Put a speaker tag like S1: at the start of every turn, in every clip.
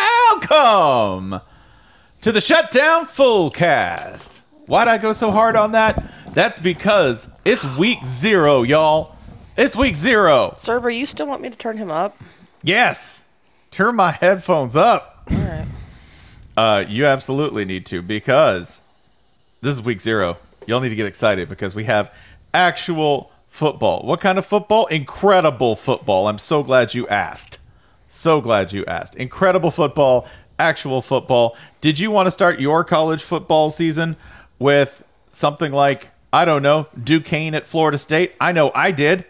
S1: Welcome to the Shutdown Full Cast. Why'd I go so hard on that? That's because it's week zero, y'all. It's week zero.
S2: Server, you still want me to turn him up?
S1: Yes. Turn my headphones up.
S2: All right.
S1: Uh, you absolutely need to because this is week zero. Y'all need to get excited because we have actual football. What kind of football? Incredible football. I'm so glad you asked. So glad you asked. Incredible football, actual football. Did you want to start your college football season with something like, I don't know, Duquesne at Florida State? I know I did.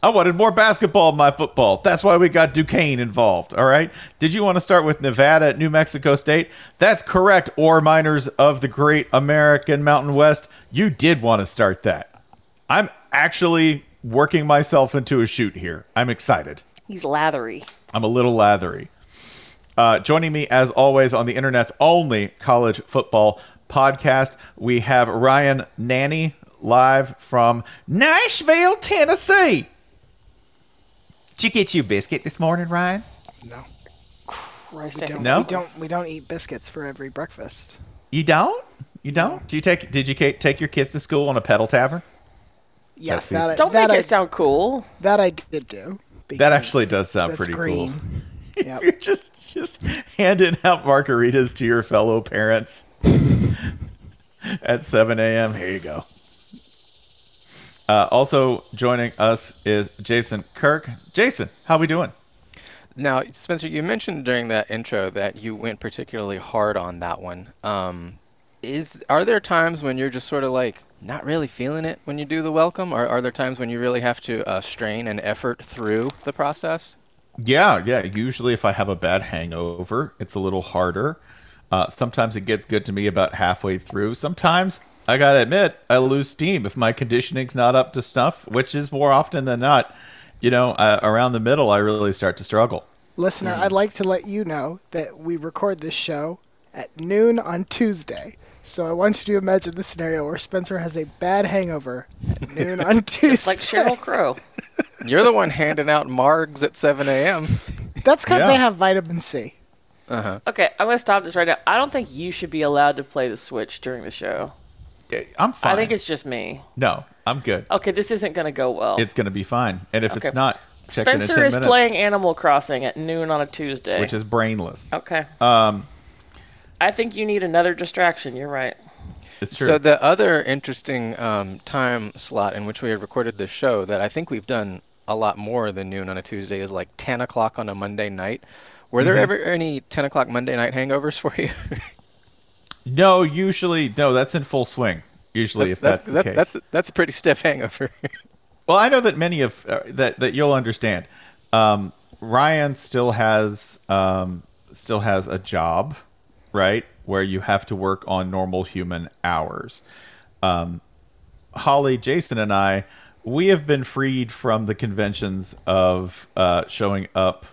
S1: I wanted more basketball in my football. That's why we got Duquesne involved. All right. Did you want to start with Nevada at New Mexico State? That's correct, ore miners of the great American Mountain West. You did want to start that. I'm actually working myself into a shoot here. I'm excited.
S2: He's lathery.
S1: I'm a little lathery. Uh, joining me, as always, on the internet's only college football podcast, we have Ryan Nanny live from Nashville, Tennessee. Did you get you a biscuit this morning, Ryan?
S3: No.
S2: Christ,
S3: We
S2: I
S3: don't,
S1: No?
S3: we don't we don't eat biscuits for every breakfast.
S1: You don't? You don't? Do you take? Did you ca- take your kids to school on a pedal tavern? That's
S3: Yes, that I,
S2: don't
S3: that
S2: make
S3: I,
S2: it sound cool.
S3: that I did do.
S1: That actually
S3: because
S1: does sound
S3: that's
S1: pretty
S3: green.
S1: cool.
S3: Yep.
S1: You're just just handing out margaritas to your fellow parents at 7 a.m. Here you go. Uh, also joining us is Jason Kirk. Jason, how we doing?
S4: Now, Spencer, you mentioned during that intro that you went particularly hard on that one. Um, is are there times when you're just sort of like not really feeling it when you do the welcome, or are there times when you really have to uh, strain and effort through the process?
S1: Yeah, yeah. Usually, if I have a bad hangover, it's a little harder. Uh, sometimes it gets good to me about halfway through. Sometimes I gotta admit I lose steam if my conditioning's not up to snuff, which is more often than not. You know, uh, around the middle, I really start to struggle.
S3: Listener,
S1: Hmm.
S3: I'd like to let you know that we record this show at noon on Tuesday. So I want you to imagine the scenario where Spencer has a bad hangover at noon on
S2: It's like
S3: Tuesday.
S2: Cheryl Crow.
S4: You're the one handing out margs at 7 a.m.
S3: That's because
S1: Yeah.
S3: they have vitamin C.
S2: Okay, I'm gonna stop this right now. I don't think you should be allowed to play the Switch during the show.
S1: I'm fine.
S2: I think it's just me.
S1: no. I'm good.
S2: Okay, this isn't gonna go well.
S1: It's gonna be fine. And if
S2: Okay.
S1: it's not, check in in
S2: Spencer
S1: 10
S2: is
S1: minutes,
S2: playing Animal Crossing at noon on a Tuesday.
S1: which is brainless.
S2: okay. Um, I think you need another distraction. You're right.
S1: It's true.
S4: So the other interesting um, time slot in which we had recorded this show that I think we've done a lot more than noon on a Tuesday is like 10 o'clock on a Monday night. Were there ever any 10 o'clock Monday night hangovers for you?
S1: no, usually no. That's in full swing. Usually, if that's, the
S4: that-
S1: case.
S4: that's that's a pretty stiff hangover.
S1: Well, I know that many of uh, that that you'll understand. Um, Ryan still has um, still has a job, right? Where you have to work on normal human hours. Um, Holly, Jason, and I, we have been freed from the conventions of uh, showing up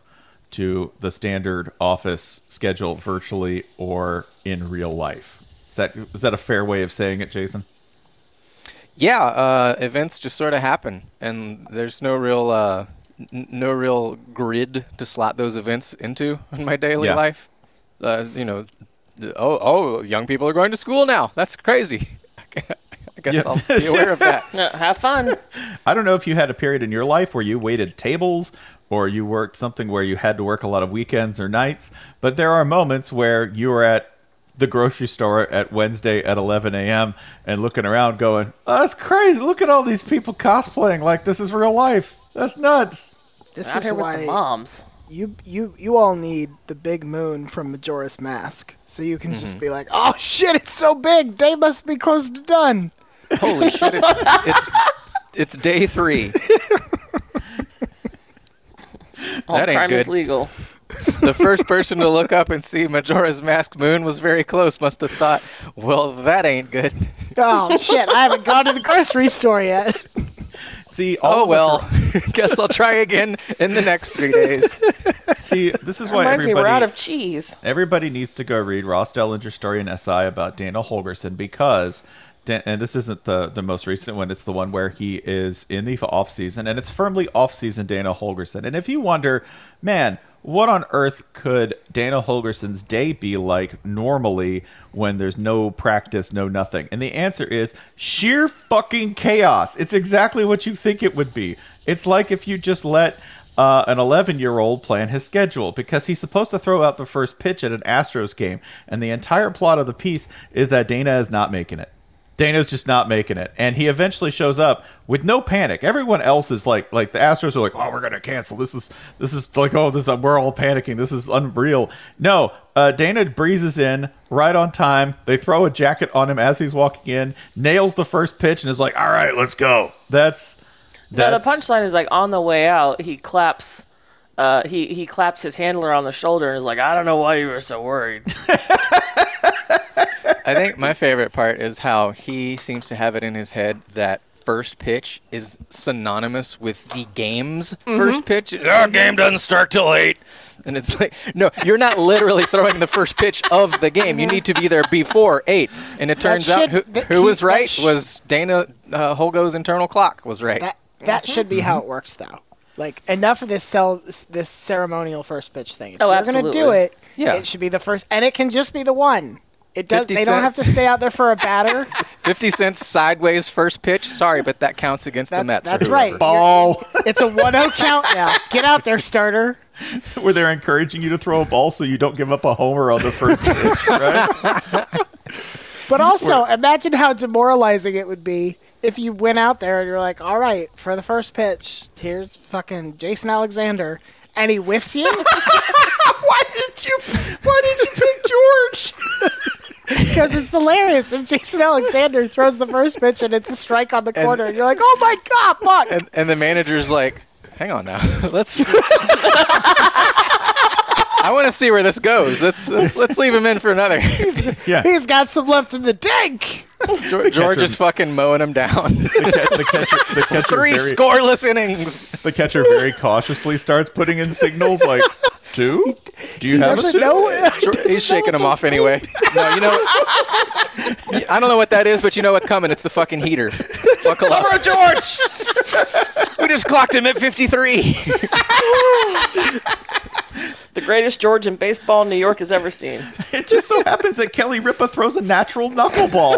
S1: to the standard office schedule virtually or in real life. Is that is that a fair way of saying it, Jason?
S4: Yeah, uh, events just sort of happen, and there's no real uh, n- no real grid to slot those events into in my daily
S1: Yeah.
S4: life. Uh, you know, th- oh oh, young people are going to school now. That's crazy. I guess
S1: Yeah.
S4: I'll be aware of that.
S2: Uh, have fun.
S1: I don't know if you had a period in your life where you waited tables or you worked something where you had to work a lot of weekends or nights, but there are moments where you are at the grocery store at Wednesday at 11 a.m. and looking around going, oh, that's crazy. Look at all these people cosplaying like this is real life. That's nuts.
S3: This
S2: Out
S3: is
S2: here with the
S3: why
S2: moms.
S3: you you you all need the big moon from Majora's Mask, so you can
S1: Mm-hmm.
S3: just be like, "Oh shit, it's so big! Day must be close to done."
S4: Holy shit! It's it's it's day three.
S2: All
S4: That ain't
S2: crime is
S4: good.
S2: legal.
S4: The first person to look up and see Majora's Mask Moon was very close. Must have thought, well, that ain't good.
S3: Oh shit, I haven't gone to the grocery store yet.
S1: See, all
S4: Oh
S1: of us
S4: well, guess I'll try again in the next three days.
S1: are- see, this is why
S2: Reminds me,
S1: everybody
S2: we're out of cheese.
S1: Everybody needs to go read Ross Dellinger's story in SI about Daniel Holgerson because, Dan- and this isn't the, the most recent one, it's the one where he is in the off season, and it's firmly off season Daniel Holgerson. And if you wonder, man, what on earth could Daniel Holgerson's day be like normally when there's no practice, no nothing? And the answer is sheer fucking chaos. It's exactly what you think it would be. It's like if you just let uh, an 11 year old plan his schedule because he's supposed to throw out the first pitch at an Astros game. And the entire plot of the piece is that Dana is not making it. Dana's just not making it. And he eventually shows up with no panic. Everyone else is like, like the Astros are like, oh, we're going to cancel. This is, this is like, oh, this, we're all panicking. This is unreal. No, uh, Dana breezes in right on time. They throw a jacket on him as he's walking in, nails the first pitch, and is like, all right, let's go. That's,
S2: No, the
S1: that's
S2: punchline is like on the way out, he claps. Uh, he he claps his handler on the shoulder and is like, "I don't know why you were so worried."
S4: I think my favorite part is how he seems to have it in his head that first pitch is synonymous with the game's
S3: Mm-hmm.
S4: first pitch. Our game doesn't start till eight. And it's like, no, you're not literally throwing the first pitch of the game. You need to be there before eight. And it turns
S3: should-
S4: out who,
S3: that-
S4: who
S3: he-
S4: was
S3: that
S4: right
S3: sh-
S4: was Dana uh, Holgo's internal clock was right.
S3: That that
S2: Mm-hmm.
S3: should be how it works, though. Like enough of this cel- this ceremonial first pitch thing. If
S2: Oh,
S3: you're gonna do
S2: absolutely.
S3: it.
S4: Yeah.
S3: it should be the first, and it can just be the one. It does.
S4: 50
S3: They don't
S4: cent.
S3: have to stay out there for a batter.
S4: 50 cents sideways first pitch. Sorry, but that counts against the
S3: That's,
S4: Mets. or
S3: that's
S4: whoever.
S3: right.
S1: ball.
S3: It's a 1-0 count now. Get out there, starter.
S1: where they're encouraging you to throw a ball so you don't give up a homer on the first pitch, right?
S3: But also, imagine how demoralizing it would be if you went out there and you're like, all right, for the first pitch, here's fucking Jason Alexander, and he whiffs you. why did you? Why did you pick George? Because it's hilarious if Jason Alexander throws the first pitch and it's a strike on the corner, and, you're like, oh my god, fuck!
S4: And, and the manager's like, hang on now. Let's. I want to see where this goes. Let's, let's let's leave him in for another.
S1: Yeah.
S3: He's got some left in the tank.
S4: George, George is fucking mowing him down.
S1: the, ca- the catcher, the catcher
S4: Three
S1: very,
S4: scoreless innings.
S1: the catcher very cautiously starts putting in signals like two. Do you have a
S3: Doesn't
S1: two?
S3: know.
S4: Geor- He's shaking him off anyway. No, you know. I don't know what that is, but you know what's coming. It's the fucking heater. Buckle up, George. we just clocked him at 53.
S2: the greatest George in baseball New York has ever seen.
S1: It just so happens that Kelly Ripa throws a natural knuckleball.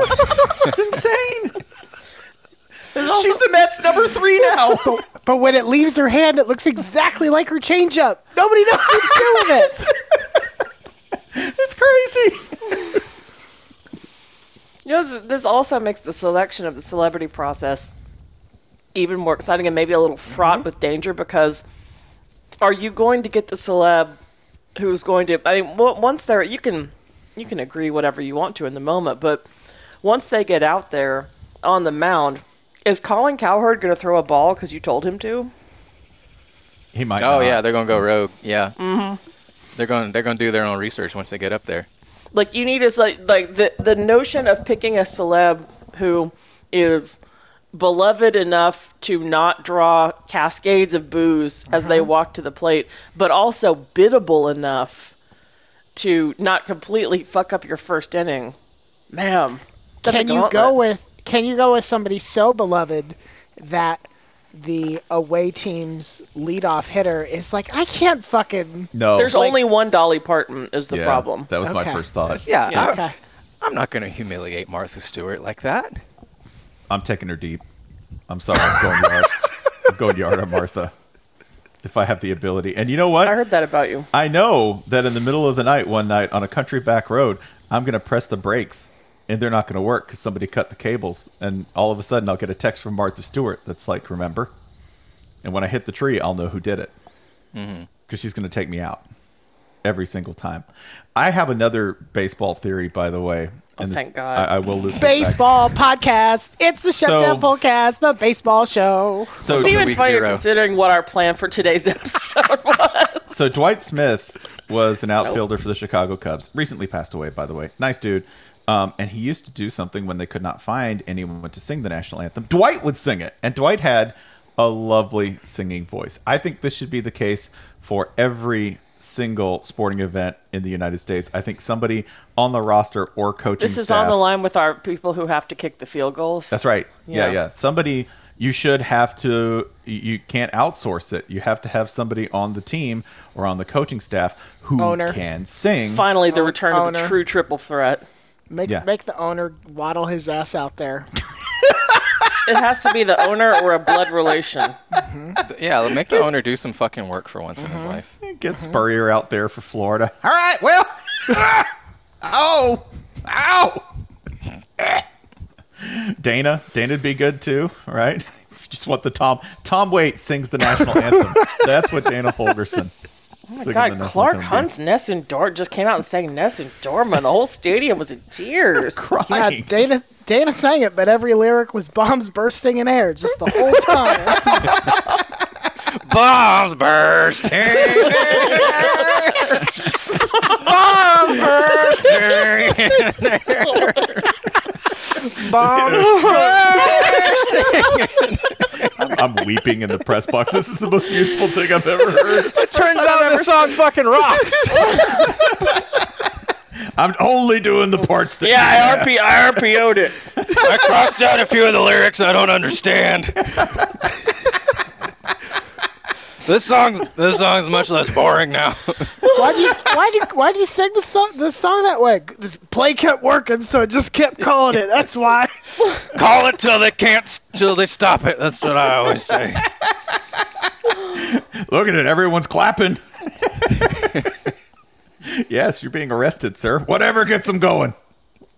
S1: It's insane. She's the Mets number three now.
S3: But when it leaves her hand, it looks exactly like her changeup. Nobody knows what to do with it.
S1: It's crazy.
S2: You know, this, this also makes the selection of the celebrity process even more exciting and maybe a little fraught with danger because are you going to get the celeb who's going to? I mean, w- once they're you can you can agree whatever you want to in the moment, but once they get out there on the mound, is Colin Cowherd going to throw a ball because you told him to?
S1: He might.
S4: Oh
S1: not.
S4: yeah, they're gonna go rogue. Yeah. Mm-hmm. They're going. They're going to do their own research once they get up there.
S2: like you need is like like the the notion of picking a celeb who is beloved enough to not draw cascades of boos as they walk to the plate, but also biddable enough to not completely fuck up your first inning. Man, that's
S3: can
S2: a
S3: you go
S2: gauntlet.
S3: with can you go with somebody so beloved that the away team's leadoff hitter is like, I can't fucking
S1: No,
S2: There's
S3: Like-
S2: only one Dolly Parton is the
S1: Oh. Yeah,
S2: problem.
S1: That was my
S3: Okay.
S1: first thought.
S4: Yeah, I,
S3: okay.
S4: I'm not going to humiliate Martha Stewart like that.
S1: I'm taking her deep. I'm sorry, I'm going yard. I'm going yard on Martha. If I have the ability, and you know what?
S2: I heard that about you.
S1: I know that in the middle of the night, one night on a country back road, I'm going to press the brakes and they're not going to work because somebody cut the cables. And all of a sudden, I'll get a text from Martha Stewart that's like, remember? And when I hit the tree, I'll know who did it because she's going to take me out every single time. I have another baseball theory, by the way.
S2: Oh,
S1: and this-
S2: thank God.
S1: I, I will loop this back.
S3: Baseball podcast. It's the Shutdown Podcast, the baseball show.
S1: So,
S2: it's even
S4: week
S2: funnier
S4: zero.
S2: considering what our plan for today's episode was.
S1: So Dwight Smith was an outfielder for the Chicago Cubs. Recently passed away, by the way. Nice dude. Um, and he used to do something when they could not find anyone to sing the national anthem. Dwight would sing it, and Dwight had a lovely singing voice. I think this should be the case for every single sporting event in the United States. I think somebody on the roster or coaching
S2: This is
S1: staff-
S2: on the line with our people who have to kick the field goals.
S1: that's right. Yeah. yeah,
S2: Yeah.
S1: Somebody you should have to you you can't outsource it. You have to have somebody on the team or on the coaching staff who
S3: Owner.
S1: can sing.
S2: Mm-hmm. Finally, the return of the
S3: Owner.
S2: true triple threat.
S3: Make
S1: Yeah.
S3: make the owner waddle his ass out there.
S2: It has to be the owner or a blood relation.
S4: But yeah, let- make the owner do some fucking work for once
S2: Mm-hmm.
S4: in his life.
S1: Get Spurrier out there for Florida. All right, well. oh. Ow. Dana, Dana'd be good too, right? If you just want the Tom Tom Waits sings the national anthem. That's what Dana Holgerson. Oh
S2: God, Clark Hunt's Ness and Dor just came out and sang Ness and Dorma, and the whole stadium was in tears.
S3: Yeah,
S1: crying.
S3: Dana Dana sang it, but every lyric was bombs bursting in air just the whole time.
S4: Bombs burst. Bombs burst. Bombs
S1: I'm weeping in the press box. This is the most beautiful thing I've ever heard.
S4: It turns out this Oh, song fucking rocks.
S1: I'm only doing the parts that.
S2: Yeah, I, RP, I RPO'd it.
S4: I crossed out a few of the lyrics I don't understand. this song's this song's much less boring now.
S3: why'd you why'd you why'd you sing the song the song that way? The play kept working, so it just kept calling it. That's why.
S4: Call it till they can't till they stop it. That's what I always say.
S1: Look at it. Everyone's clapping. yes, you're being arrested, sir. Whatever gets them going.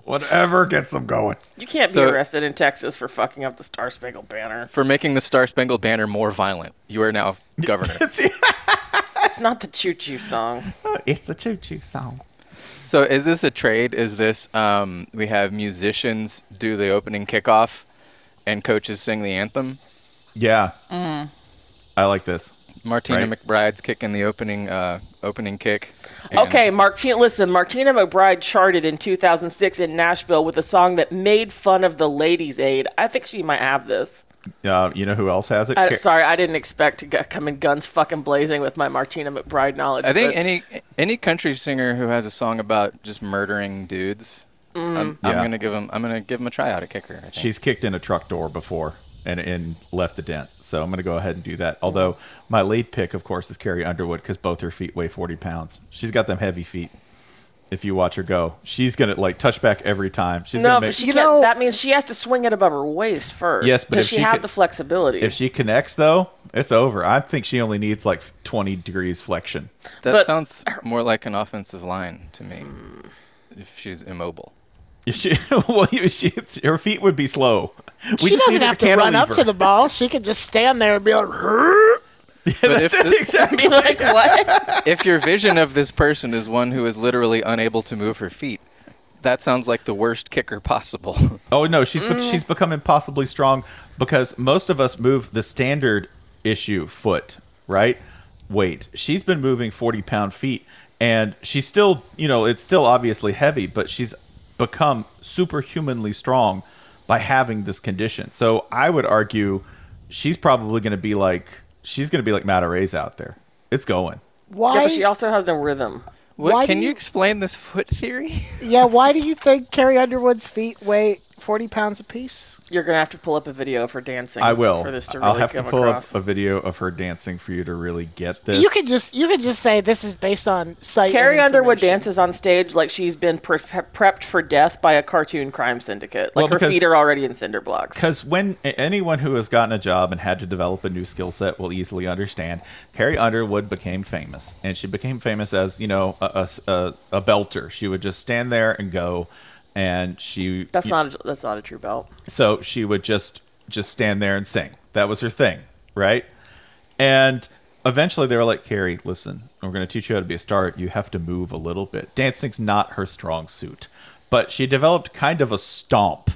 S1: Whatever gets them going.
S2: You can't
S4: So-
S2: be arrested in Texas for fucking up the Star Spangled Banner.
S4: For making the Star Spangled Banner more violent, you are now governor.
S2: It's not the Choo Choo song.
S1: It's the choo choo song.
S4: So is this a trade? Is this um, we have musicians do the opening kickoff and coaches sing the anthem?
S1: Yeah. I like this.
S4: Martina
S1: Right.
S4: McBride's kicking the opening uh, opening kick. and-
S2: Okay, Mark. Listen, Martina McBride charted in 2006 in Nashville with a song that made fun of the Ladies' Aid. I think she might have this.
S1: Uh, you know who else has it?
S2: I,
S1: Ca-
S2: sorry, I didn't expect to g- come in guns fucking blazing with my Martina McBride knowledge.
S4: I think
S2: but
S4: any any country singer who has a song about just murdering dudes,
S2: Mm.
S4: I'm, I'm
S1: Yeah.
S4: gonna give him I'm gonna give him a try out at kicker. I think.
S1: She's kicked in a truck door before and, and left a dent. So I'm going to go ahead and do that. Although my lead pick, of course, is Carrie Underwood because both her feet weigh 40 pounds. She's got them heavy feet. If you watch her go, she's going to like touch back every time. She's
S2: no,
S1: gonna make,
S2: but she
S3: You
S2: can't.
S3: know-
S2: that means she has to swing it above her waist first.
S1: Yes, but
S2: does
S1: if
S2: she,
S1: she
S2: have
S1: could-
S2: the flexibility?
S1: If she connects though, it's over. I think she only needs like 20 degrees flexion.
S4: that
S2: but- Mm.
S4: sounds more like an offensive line to me. If she's immobile,
S1: If she, well, you- she, her feet would be slow. We
S3: she doesn't
S1: needed a
S3: have to run up
S1: cantilever.
S3: to the ball. She could just stand there and be like, "Rrrr."
S4: but if,
S1: That's it, exactly.
S2: like what?
S4: if your vision of this person is one who is literally unable to move her feet, that sounds like the worst kicker possible.
S1: Oh no, she's
S2: Mm.
S1: be- she's become impossibly strong because most of us move the standard issue foot, right? Weight. She's been moving forty pound feet, and she's still, you know, it's still obviously heavy, but she's become superhumanly strong by having this condition. So I would argue she's probably going to be like she's going to be like Mataray's out there. It's going.
S3: Why?
S2: Yeah, but she also has no rhythm.
S4: What,
S3: Why do
S4: can you
S3: you-
S4: explain this foot theory?
S3: Yeah, why do you think Carrie Underwood's feet weigh 40 pounds apiece?
S2: You're gonna have to pull up a video of her dancing.
S1: I will.
S2: For this to really
S1: I'll have to
S2: come
S1: pull
S2: across.
S1: up a video of her dancing for you to really get this.
S3: You could just you could just say this is based on sight. and
S2: Carrie Underwood
S3: information.
S2: dances on stage like she's been pre- prepped for death by a cartoon crime syndicate. Like
S1: Well,
S2: her
S1: because-
S2: feet are already in cinder blocks.
S1: Because when a- anyone who has gotten a job and had to develop a new skill set will easily understand, Carrie Underwood became famous, and she became famous as you know a, a s- a- a belter. She would just stand there and go, and she
S2: That's not a, that's not a true belt.
S1: so she would just just stand there and sing. That was her thing, right? And eventually they were like, Carrie, listen, we're going to teach you how to be a star. You have to move a little bit. Dancing's not her strong suit, but she developed kind of a stomp.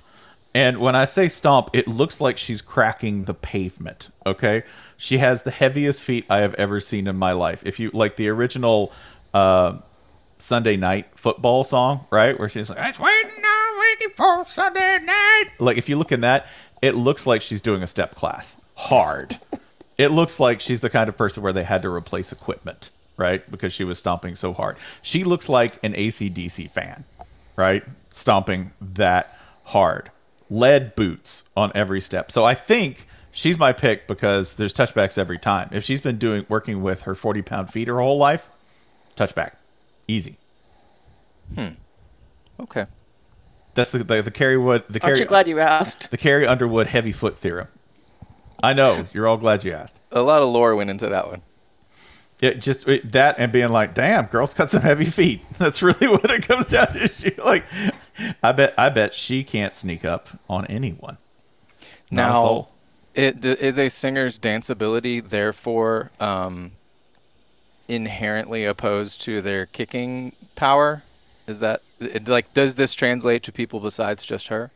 S1: And when I say stomp, it looks like she's cracking the pavement. Okay. She has the heaviest feet I have ever seen in my life. If you like the original uh, Sunday night football song, right? Where she's like, I was waiting, I'm waiting for Sunday night. Like, if you look in that, it looks like she's doing a step class hard. it looks like she's the kind of person where they had to replace equipment, right? Because she was stomping so hard. She looks like an ACDC fan, right? Stomping that hard. Lead boots on every step. So I think she's my pick because there's touchbacks every time. If she's been doing working with her 40 pound feet her whole life, touchback. Easy.
S4: Okay.
S1: That's the the, the Carrie Wood the
S2: Aren't
S1: Carrie
S2: you glad you asked?
S1: the Carrie Underwood heavy foot theorem. I know you're all glad you asked.
S4: A lot of lore went into that one.
S1: It just it- that and being like, damn, girls got some heavy feet. That's really what it comes down to. She, like, I bet I bet she can't sneak up on anyone. Not a
S4: Now,
S1: soul.
S4: it, d- is a singer's danceability therefore um, inherently opposed to their kicking power? Is that it- like does this translate to people besides just her?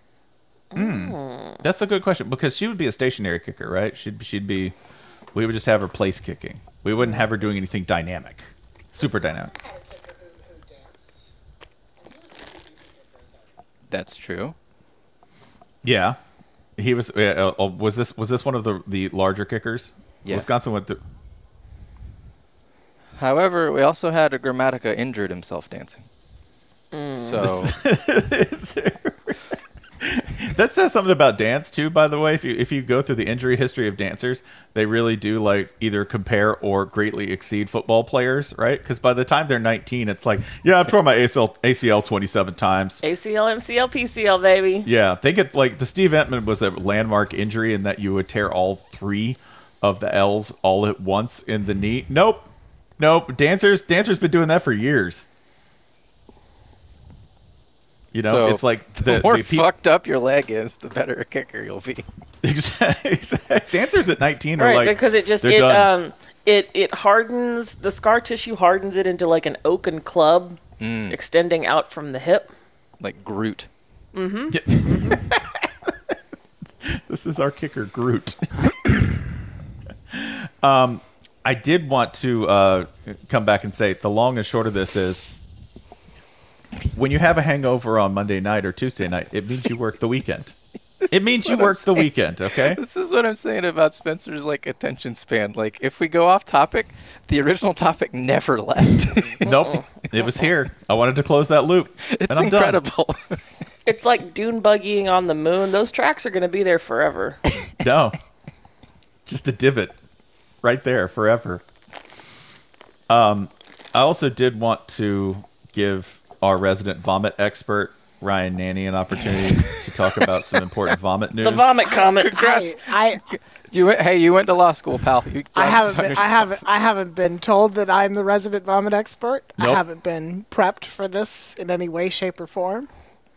S1: That's a good question because she would be a stationary kicker, right? She'd she'd be. We would just have her place kicking. We wouldn't have her doing anything dynamic, super dynamic.
S4: That's true.
S1: Yeah, he was. Uh, uh, was this was this one of the the larger kickers?
S4: Yes.
S1: Wisconsin went through.
S4: However, we also had a Grammatica injured himself dancing. Mm. So
S1: That says something about dance too, by the way. If you if you go through the injury history of dancers, they really do like either compare or greatly exceed football players, right? Because by the time they're 19, it's like, yeah, I've torn my ACL ACL 27 times.
S2: ACL, MCL, PCL, baby.
S1: Yeah, they get like the Steve Entman was a landmark injury in that you would tear all three of the L's all at once in the knee. Nope, nope. Dancers, dancers been doing that for years. You know,
S4: so
S1: it's like
S4: the, more
S1: peop-
S4: fucked up your leg is, the better a kicker you'll be.
S1: Exactly. Dancers at 19 are
S2: Right,
S1: like
S2: because it just
S1: they're
S2: it
S1: done.
S2: um it it hardens the scar tissue hardens it into like an oaken club
S1: Mm.
S2: extending out from the hip.
S4: Like Groot.
S1: this is our kicker Groot. um, I did want to uh, come back and say the long and short of this is when you have a hangover on Monday night or Tuesday night, it means you work the weekend. It means you
S4: what I'm
S1: work the weekend, okay?
S4: This is what I'm saying about Spencer's like attention span. Like if we go off topic, the original topic never left.
S1: nope, it was here. I wanted to close that loop. and
S4: it's
S1: I'm done.
S4: incredible.
S2: It's like dune buggying on the moon. Those tracks are going to be there forever.
S1: No. Just a divot right there forever. Um, I also did want to give our resident vomit expert, Ryan Nanny, an opportunity to talk about some important vomit news.
S2: The vomit comet.
S4: Congrats.
S3: I, I,
S4: You went, hey, you went to law school, pal. You
S3: I haven't
S4: on
S3: been, I
S4: yourself.
S3: haven't I haven't been told that I'm the resident vomit expert. I
S1: Nope.
S3: haven't been prepped for this in any way, shape, or form.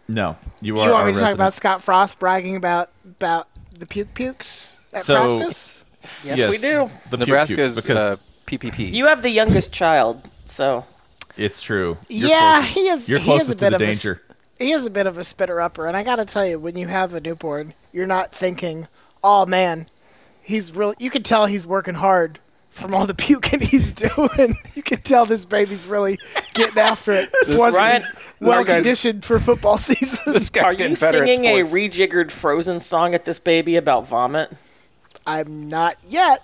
S1: No, you
S3: You
S1: are
S3: want
S1: our
S3: me to talk
S1: resident.
S3: about Scott Frost bragging about about the puke pukes at
S1: So-
S3: practice?
S2: Yes,
S1: Yes,
S2: we do.
S1: The
S4: Nebraska's
S1: Nebraska's because
S4: uh, PPP.
S2: You have the youngest child, so
S1: it's true. You're
S3: yeah,
S1: closest-
S3: he is.
S1: you're
S3: he is
S1: closest
S3: a
S1: to
S3: bit
S1: the
S3: of a s-
S1: danger.
S3: he is a bit of a spitter upper, and I gotta tell you, when you have a newborn, you're not thinking, "Oh man, he's real." You can tell he's working hard from all the puking he's doing. you can tell this baby's really getting after it. once
S2: Ryan-
S3: he's well conditioned for football season.
S4: this guy's
S2: are you
S4: getting better at
S2: singing a
S4: sports.
S2: rejiggered Frozen song at this baby about vomit?
S3: I'm not yet,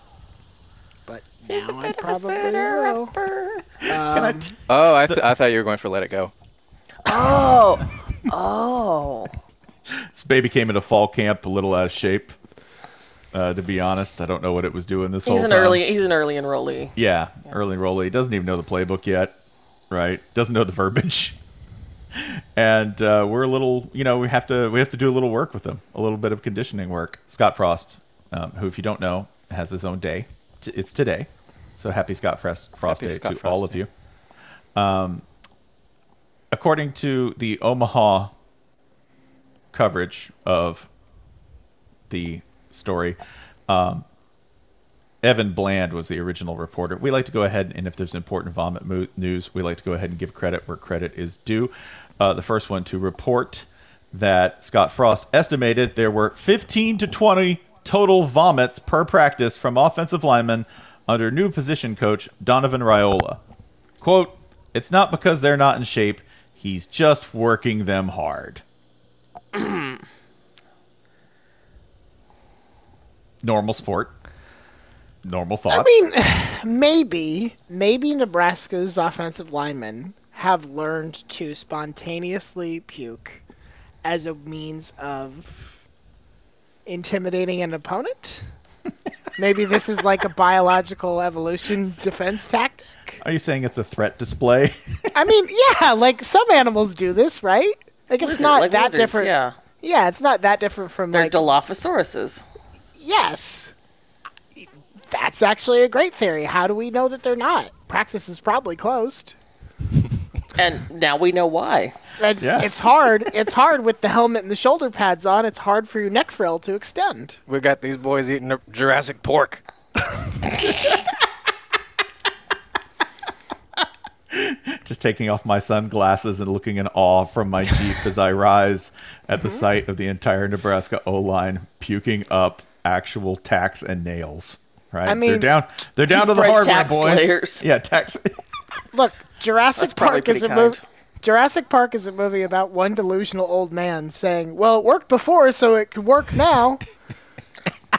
S3: but He's a bit of a rapper. Um,
S4: Oh, I, th- I thought you were going for Let It Go.
S2: Oh, oh.
S1: This baby came into fall camp a little out of shape. Uh, to be honest, I don't know what it was doing this
S2: He's
S1: whole
S2: an
S1: time.
S2: early. He's an early enrollee.
S1: yeah, early enrollee. Doesn't even know the playbook yet, right? Doesn't know the verbiage. And uh, we're a little, you know, we have to we have to do a little work with him, a little bit of conditioning work. Scott Frost, um, who, if you don't know, has his own day. T- it's today, so happy Scott Frost, Frost
S4: Happy
S1: Day
S4: Scott
S1: to
S4: Frost
S1: all of
S4: Day.
S1: you. Um, according to the Omaha coverage of the story. Um, Evan Bland was the original reporter. We like to go ahead and if there's important vomit mo- news, we like to go ahead and give credit where credit is due. Uh, the first one to report that Scott Frost estimated there were 15 to 20 total vomits per practice from offensive linemen under new position coach Donovan Raiola. Quote, it's not because they're not in shape. He's just working them hard. normal sport. Normal thoughts.
S3: I mean, maybe, maybe Nebraska's offensive linemen have learned to spontaneously puke as a means of intimidating an opponent. maybe this is like a biological evolution defense tactic.
S1: Are you saying it's a threat display?
S3: I mean, yeah, like some animals do this, right? Like it's
S2: Lizard-
S3: not
S2: like
S3: that
S2: lizards,
S3: different.
S2: Yeah,
S3: Yeah, it's not that different from
S2: they're
S3: like
S2: Dilophosaurus's.
S3: Yes. That's actually a great theory. How do we know that they're not? Practice is probably closed.
S2: And now we know why.
S3: And
S1: Yeah.
S3: it's hard. It's hard with the helmet and the shoulder pads on. It's hard for your neck frill to extend.
S4: We got these boys eating up Jurassic pork.
S1: Just taking off my sunglasses and looking in awe from my Jeep as I rise at
S2: Mm-hmm.
S1: the sight of the entire Nebraska O line puking up actual tacks and nails. Right?
S3: I
S1: they're
S3: mean,
S1: down they're down
S2: these
S1: to the
S2: break
S1: hardware
S2: tax
S1: boys.
S2: layers.
S1: Yeah, tax
S3: Look, Jurassic
S2: That's probably
S3: Park is a
S2: pretty
S3: movie.
S2: kind.
S3: Jurassic Park is a movie about one delusional old man saying, "Well, it worked before, so it could work now."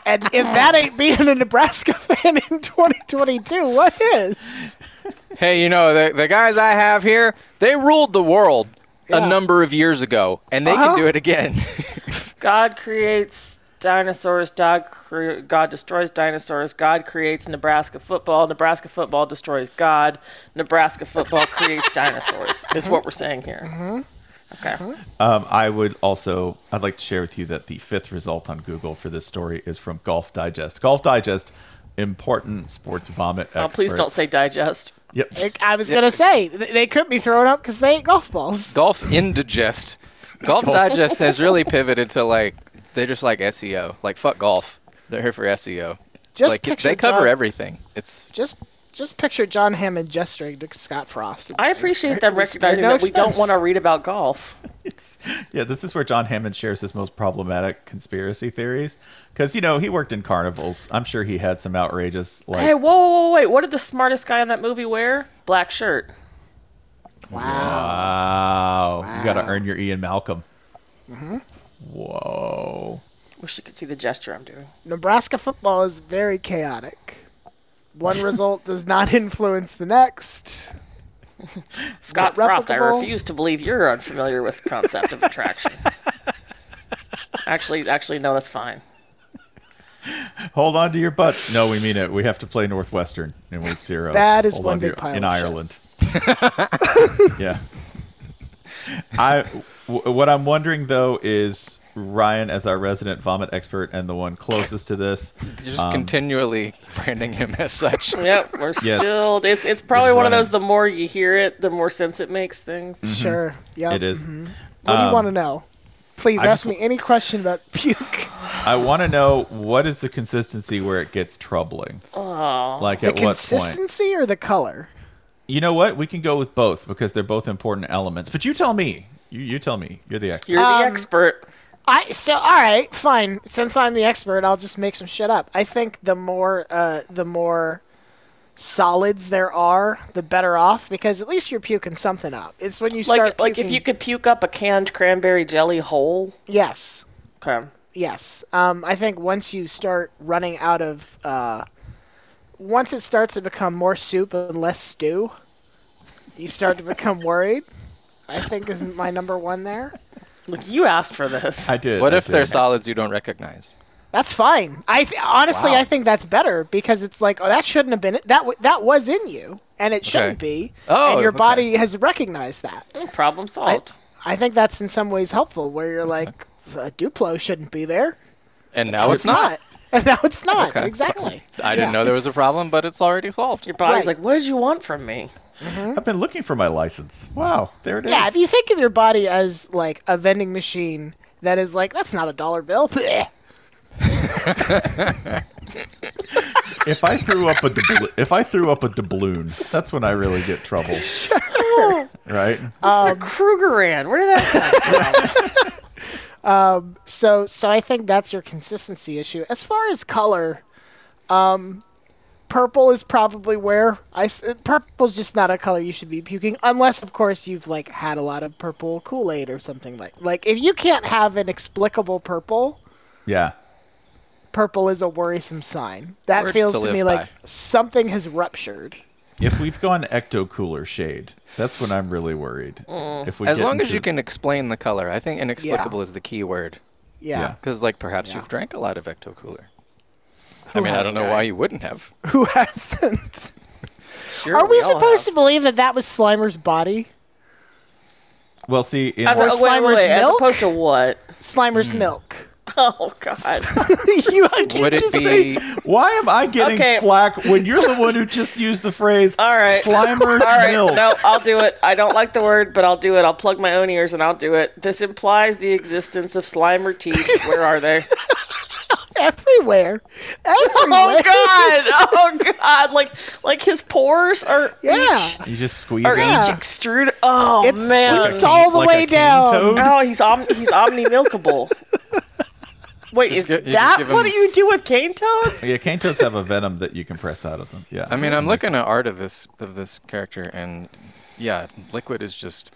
S3: and if that ain't being a Nebraska fan in 2022, what is?
S4: Hey, you know, the, the guys I have here, they ruled the world
S3: Yeah.
S4: a number of years ago, and they
S3: Uh-huh.
S4: can do it again.
S2: God creates dinosaurs. God, cre- God destroys dinosaurs. God creates Nebraska football. Nebraska football destroys God. Nebraska football creates dinosaurs. Is what we're saying here.
S3: Mm-hmm.
S2: Mm-hmm. Okay.
S1: Um, I would also I'd like to share with you that the fifth result on Google for this story is from Golf Digest. Golf Digest, important sports vomit.
S2: Oh, please don't
S1: experts.
S2: say digest.
S1: Yep.
S3: Like, I was gonna say th- they could be thrown up because they ain't golf balls.
S4: Golf Indigest. Golf Digest has really pivoted to like, they're just like SEO. Like, fuck golf. They're here for SEO.
S3: Just
S4: like,
S3: picture
S4: they cover
S3: John-
S4: everything. It's
S3: Just just picture John Hammond gesturing to Scott Frost. It's-
S2: I appreciate them recognizing
S3: no
S2: that we don't
S3: expense.
S2: want to read about golf.
S1: Yeah, this is where John Hammond shares his most problematic conspiracy theories. Because, you know, he worked in carnivals. I'm sure he had some outrageous, like,
S2: Hey, whoa, whoa, whoa, wait! What did the smartest guy in that movie wear? Black shirt.
S3: wow.
S1: wow, you got to earn your Ian Malcolm.
S3: Mm-hmm.
S1: Whoa.
S2: Wish you could see the gesture I'm doing.
S3: Nebraska football is very chaotic. One result does not influence the next.
S1: Mm-hmm.
S2: Scott
S3: Re-
S2: Frost, I
S3: replicable?
S2: refuse to believe you're unfamiliar with the concept of attraction. actually, actually, no, that's fine.
S1: Hold on to your butts. No, we mean it. We have to play Northwestern in week zero.
S3: That is
S1: Hold
S3: one
S1: on to
S3: big
S1: your-
S3: pile
S1: In
S3: of shit.
S1: Ireland. yeah. I, w- what I'm wondering, though, is Ryan, as our resident vomit expert and the one closest to this,
S4: they're just
S1: Um,
S4: continually branding him as such.
S2: Yep, we're
S1: Yes.
S2: still. It's it's probably one of
S1: running. Mm.
S2: those. The more you hear it, the more sense it makes things.
S3: Sure. Yep. Mm-hmm.
S1: it is- Um,
S3: What do you want to know? Please
S1: I
S3: ask
S1: just-
S3: me any question about puke.
S1: I want to know what is the consistency where it gets troubling. Like
S3: The
S1: at what point?
S3: consistency or the color?
S1: You know what? We can go with both because they're both important elements. But you tell me. You you tell me. You're the expert.
S2: You're
S3: Um,
S2: the expert.
S3: I so all right, fine. Since I'm the expert, I'll just make some shit up. I think the more uh, the more solids there are, the better off because at least you're puking something up. It's when you
S2: Like
S3: start
S2: like if
S3: puking-
S2: you could puke up a canned cranberry jelly whole.
S3: yes,
S2: Okay.
S3: yes. Um, I think once you start running out of uh, once it starts to become more soup and less stew, you start to become worried. I think isn't my number one there.
S2: Look, you asked for this.
S1: I did.
S4: What
S1: I
S4: if they're
S1: did.
S4: solids you don't recognize?
S3: That's fine. I th- honestly, I think that's better because it's like, oh, that shouldn't have been it. That w- that was in you, and it shouldn't be.
S4: Oh,
S3: and your
S4: okay.
S3: body has recognized that.
S2: Problem solved.
S3: I think that's in some ways helpful, where you're like, a Duplo shouldn't be there.
S4: And now it's, not.
S3: and now it's not exactly.
S4: I didn't
S3: Yeah.
S4: know there was a problem, but it's already solved.
S2: Your body's
S3: Right.
S2: like, what did you want from me?
S1: I've been looking for my license. Wow, there it is.
S3: Yeah, if you think of your body as like a vending machine that is like, that's not a dollar bill. Bleh.
S1: If I threw up a doubl- if I threw up a doubloon, that's when I really get trouble. Sure. Right?
S2: this is a Krugerrand. Where did that come
S3: So so I think that's your consistency issue. As far as color, um, purple is probably where I s- uh, purple's just not a color you should be puking unless of course you've like had a lot of purple Kool Aid or something like like if you can't have an explicable purple.
S1: yeah.
S3: Purple is a worrisome sign. That
S4: Words
S3: feels
S4: to
S3: to,
S4: live
S3: me
S4: by.
S3: like something has ruptured.
S1: If we've gone ecto cooler shade, that's when I'm really worried. If we
S4: Mm. As
S1: get
S4: long as
S1: into-
S4: you can explain the color, I think inexplicable is the key word.
S3: Yeah.
S4: Because, like, perhaps you've drank a lot of Ecto Cooler. I
S3: Who
S4: mean, I
S3: has,
S4: don't know
S3: right?
S4: why you wouldn't have.
S3: Who hasn't?
S2: Sure,
S3: Are we,
S2: all
S3: supposed
S2: have.
S3: to believe that that was Slimer's body?
S1: Well, see, in
S2: As,
S3: Or
S2: a- wait, wait,
S3: Slimer's
S2: wait, as
S3: milk?
S2: opposed to what?
S3: Slimer's milk.
S2: Oh, God.
S3: you I can't
S4: Hmm. Would it
S3: just say-
S4: be
S1: why am I getting
S2: Okay.
S1: flack when you're the one who just used the phrase
S2: All right.
S1: Slimer's
S2: All right,
S1: milk?
S2: no, I'll do it. I don't like the word, but I'll do it. I'll plug my own ears and I'll do it. This implies the existence of Slimer teeth. Where are they?
S3: everywhere?
S2: Oh
S3: Everywhere.
S2: God! Oh God! Like like his pores are
S3: Yeah.
S1: You just squeeze
S2: are
S1: it.
S3: Yeah.
S2: each extruded. Oh
S3: It's,
S2: man!
S3: it's all the
S1: like a
S3: way
S1: cane
S3: down.
S1: toad?
S2: Oh, he's om- he's omni milkable. Wait, is
S4: gi- you just
S2: that
S4: give
S2: what
S4: him-
S2: you do with cane toads?
S1: Yeah, cane toads have a venom that you can press out of them. Yeah.
S4: I mean, I'm looking at art of this of this character, and yeah, liquid is just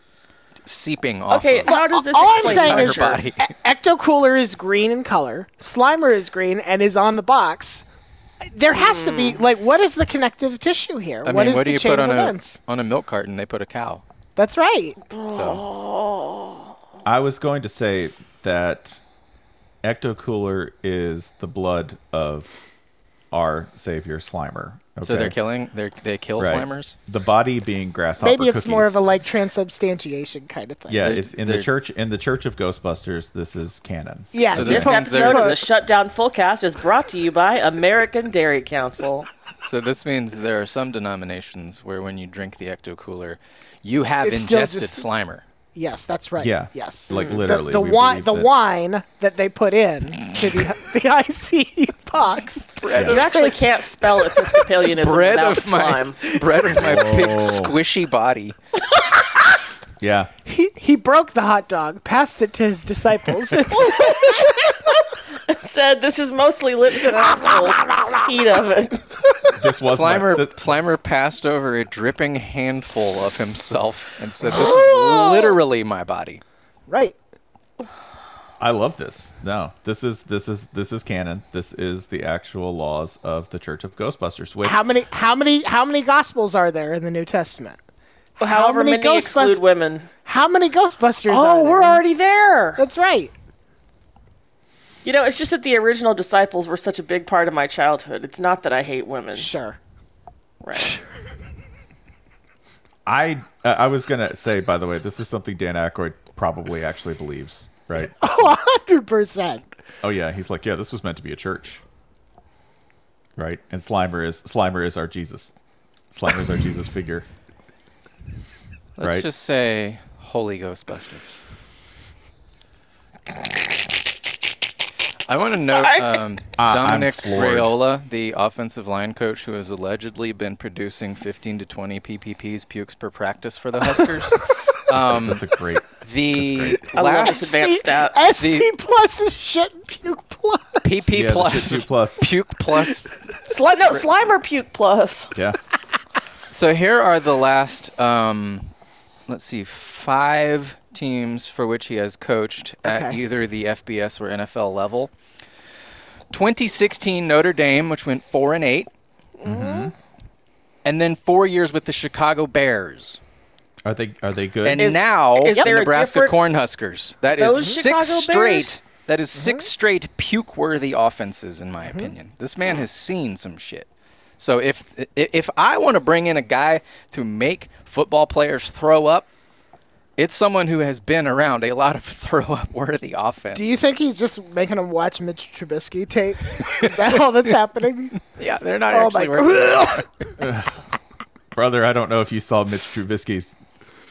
S4: seeping off.
S2: Okay,
S4: of
S2: how does this
S3: All I'm
S2: explain
S3: saying is,
S2: torture?
S4: body.
S3: E- Ecto Cooler is green in color. Slimer is green and is on the box. There has to be like, what is the connective tissue here?
S4: Hmm. I
S3: what
S4: mean,
S3: is
S4: what do
S3: the
S4: you
S3: chain
S4: put
S3: of
S4: on a
S3: events?
S4: on a milk carton? They put a cow.
S3: That's right. Oh.
S4: So
S1: I was going to say that Ecto Cooler is the blood of our savior Slimer.
S4: so they're
S1: okay?
S4: killing they they kill
S1: Right.
S4: slimers.
S1: The body being grasshopper.
S3: Maybe it's more
S1: cookies.
S3: of a like transubstantiation kind of thing.
S1: Yeah,
S4: They're-
S1: it's in
S4: they're-
S1: the church. In the Church of Ghostbusters, this is canon.
S3: Yeah.
S4: So
S3: you
S2: This
S4: They're-
S2: episode of the
S3: they're-
S2: Shutdown Fullcast is brought to you by American Dairy Council.
S4: So this means there are some denominations where when you drink the ecto cooler, you have
S3: It's still
S4: ingested
S3: just-
S4: slimer.
S3: Yes, that's right.
S1: Yeah.
S3: Yes.
S1: Like
S3: the,
S1: literally.
S3: the
S1: we
S3: wine,
S1: believe
S3: the
S1: that-
S3: wine that they put in to the, the icy box.
S1: Yeah.
S2: You actually can't spell Episcopalianism
S4: Bread
S2: without
S4: of
S2: slime.
S4: my bread of my big
S1: Whoa.
S3: Oh.
S4: squishy body.
S1: Yeah.
S3: He he broke the hot dog, passed it to his disciples.
S2: Said this is mostly lips and assholes. Heat of it.
S1: This was my-
S4: Slimer
S1: th-
S4: Slimer passed over a dripping handful of himself and said, "This is literally my body."
S3: right.
S1: I love this. No, this is this is this is canon. This is the actual laws of the Church of Ghostbusters. Which
S3: How many how many how many gospels are there in the New Testament?
S2: However
S3: many
S2: many, exclude
S3: Ghostbusters-
S2: women.
S3: How many Ghostbusters are
S2: Oh,
S3: there?
S2: we're already there.
S3: That's right.
S2: You know, it's just that the original disciples were such a big part of my childhood. It's not that I hate women.
S3: Sure.
S2: Right.
S1: I uh, I was gonna say, by the way, this is something Dan Aykroyd probably actually believes, right?
S3: Hundred percent.
S1: Oh yeah, he's like, yeah, this was meant to be a church, right? And Slimer is Slimer is our Jesus. Slimer is our Jesus figure.
S4: Let's
S1: Right.
S4: just say holy Ghostbusters. I want to note
S2: Uh,
S4: um,
S1: I'm
S4: Dominic
S1: floored.
S4: Rayola, the offensive line coach who has allegedly been producing 15 to 20 PPPs pukes per practice for the Huskers. um,
S1: That's a great.
S4: the
S2: I love this
S4: last
S2: advanced stat.
S3: SP plus is shit and puke plus.
S4: PP
S1: yeah, the
S4: plus
S1: Shih Tzu plus.
S4: puke plus
S2: Sli- no, Slimer puke plus.
S1: Yeah.
S4: So here are the last, um, let's see, five teams for which he has coached at
S3: Okay.
S4: either the FBS or NFL level. 2016 Notre Dame, which went four and eight. and then four years with the Chicago Bears,
S1: Are they are they good?
S4: and
S2: Is-
S4: now
S2: is
S4: the
S2: there a
S4: Nebraska
S2: different-
S4: Cornhuskers. That is
S2: Those Chicago
S4: six straight.
S2: Bears? Mm-hmm.
S4: That is six straight puke-worthy offenses, in my opinion. This
S2: Mm-hmm.
S4: man has seen some shit. So if i- if I want to bring in a guy to make football players throw up, it's someone who has been around a lot of throw-up worthy offense.
S3: Do you think he's just making them watch Mitch Trubisky tape? Is that all that's happening?
S4: Yeah, they're not
S3: Oh my
S4: actually working.
S1: Brother, I don't know if you saw Mitch Trubisky's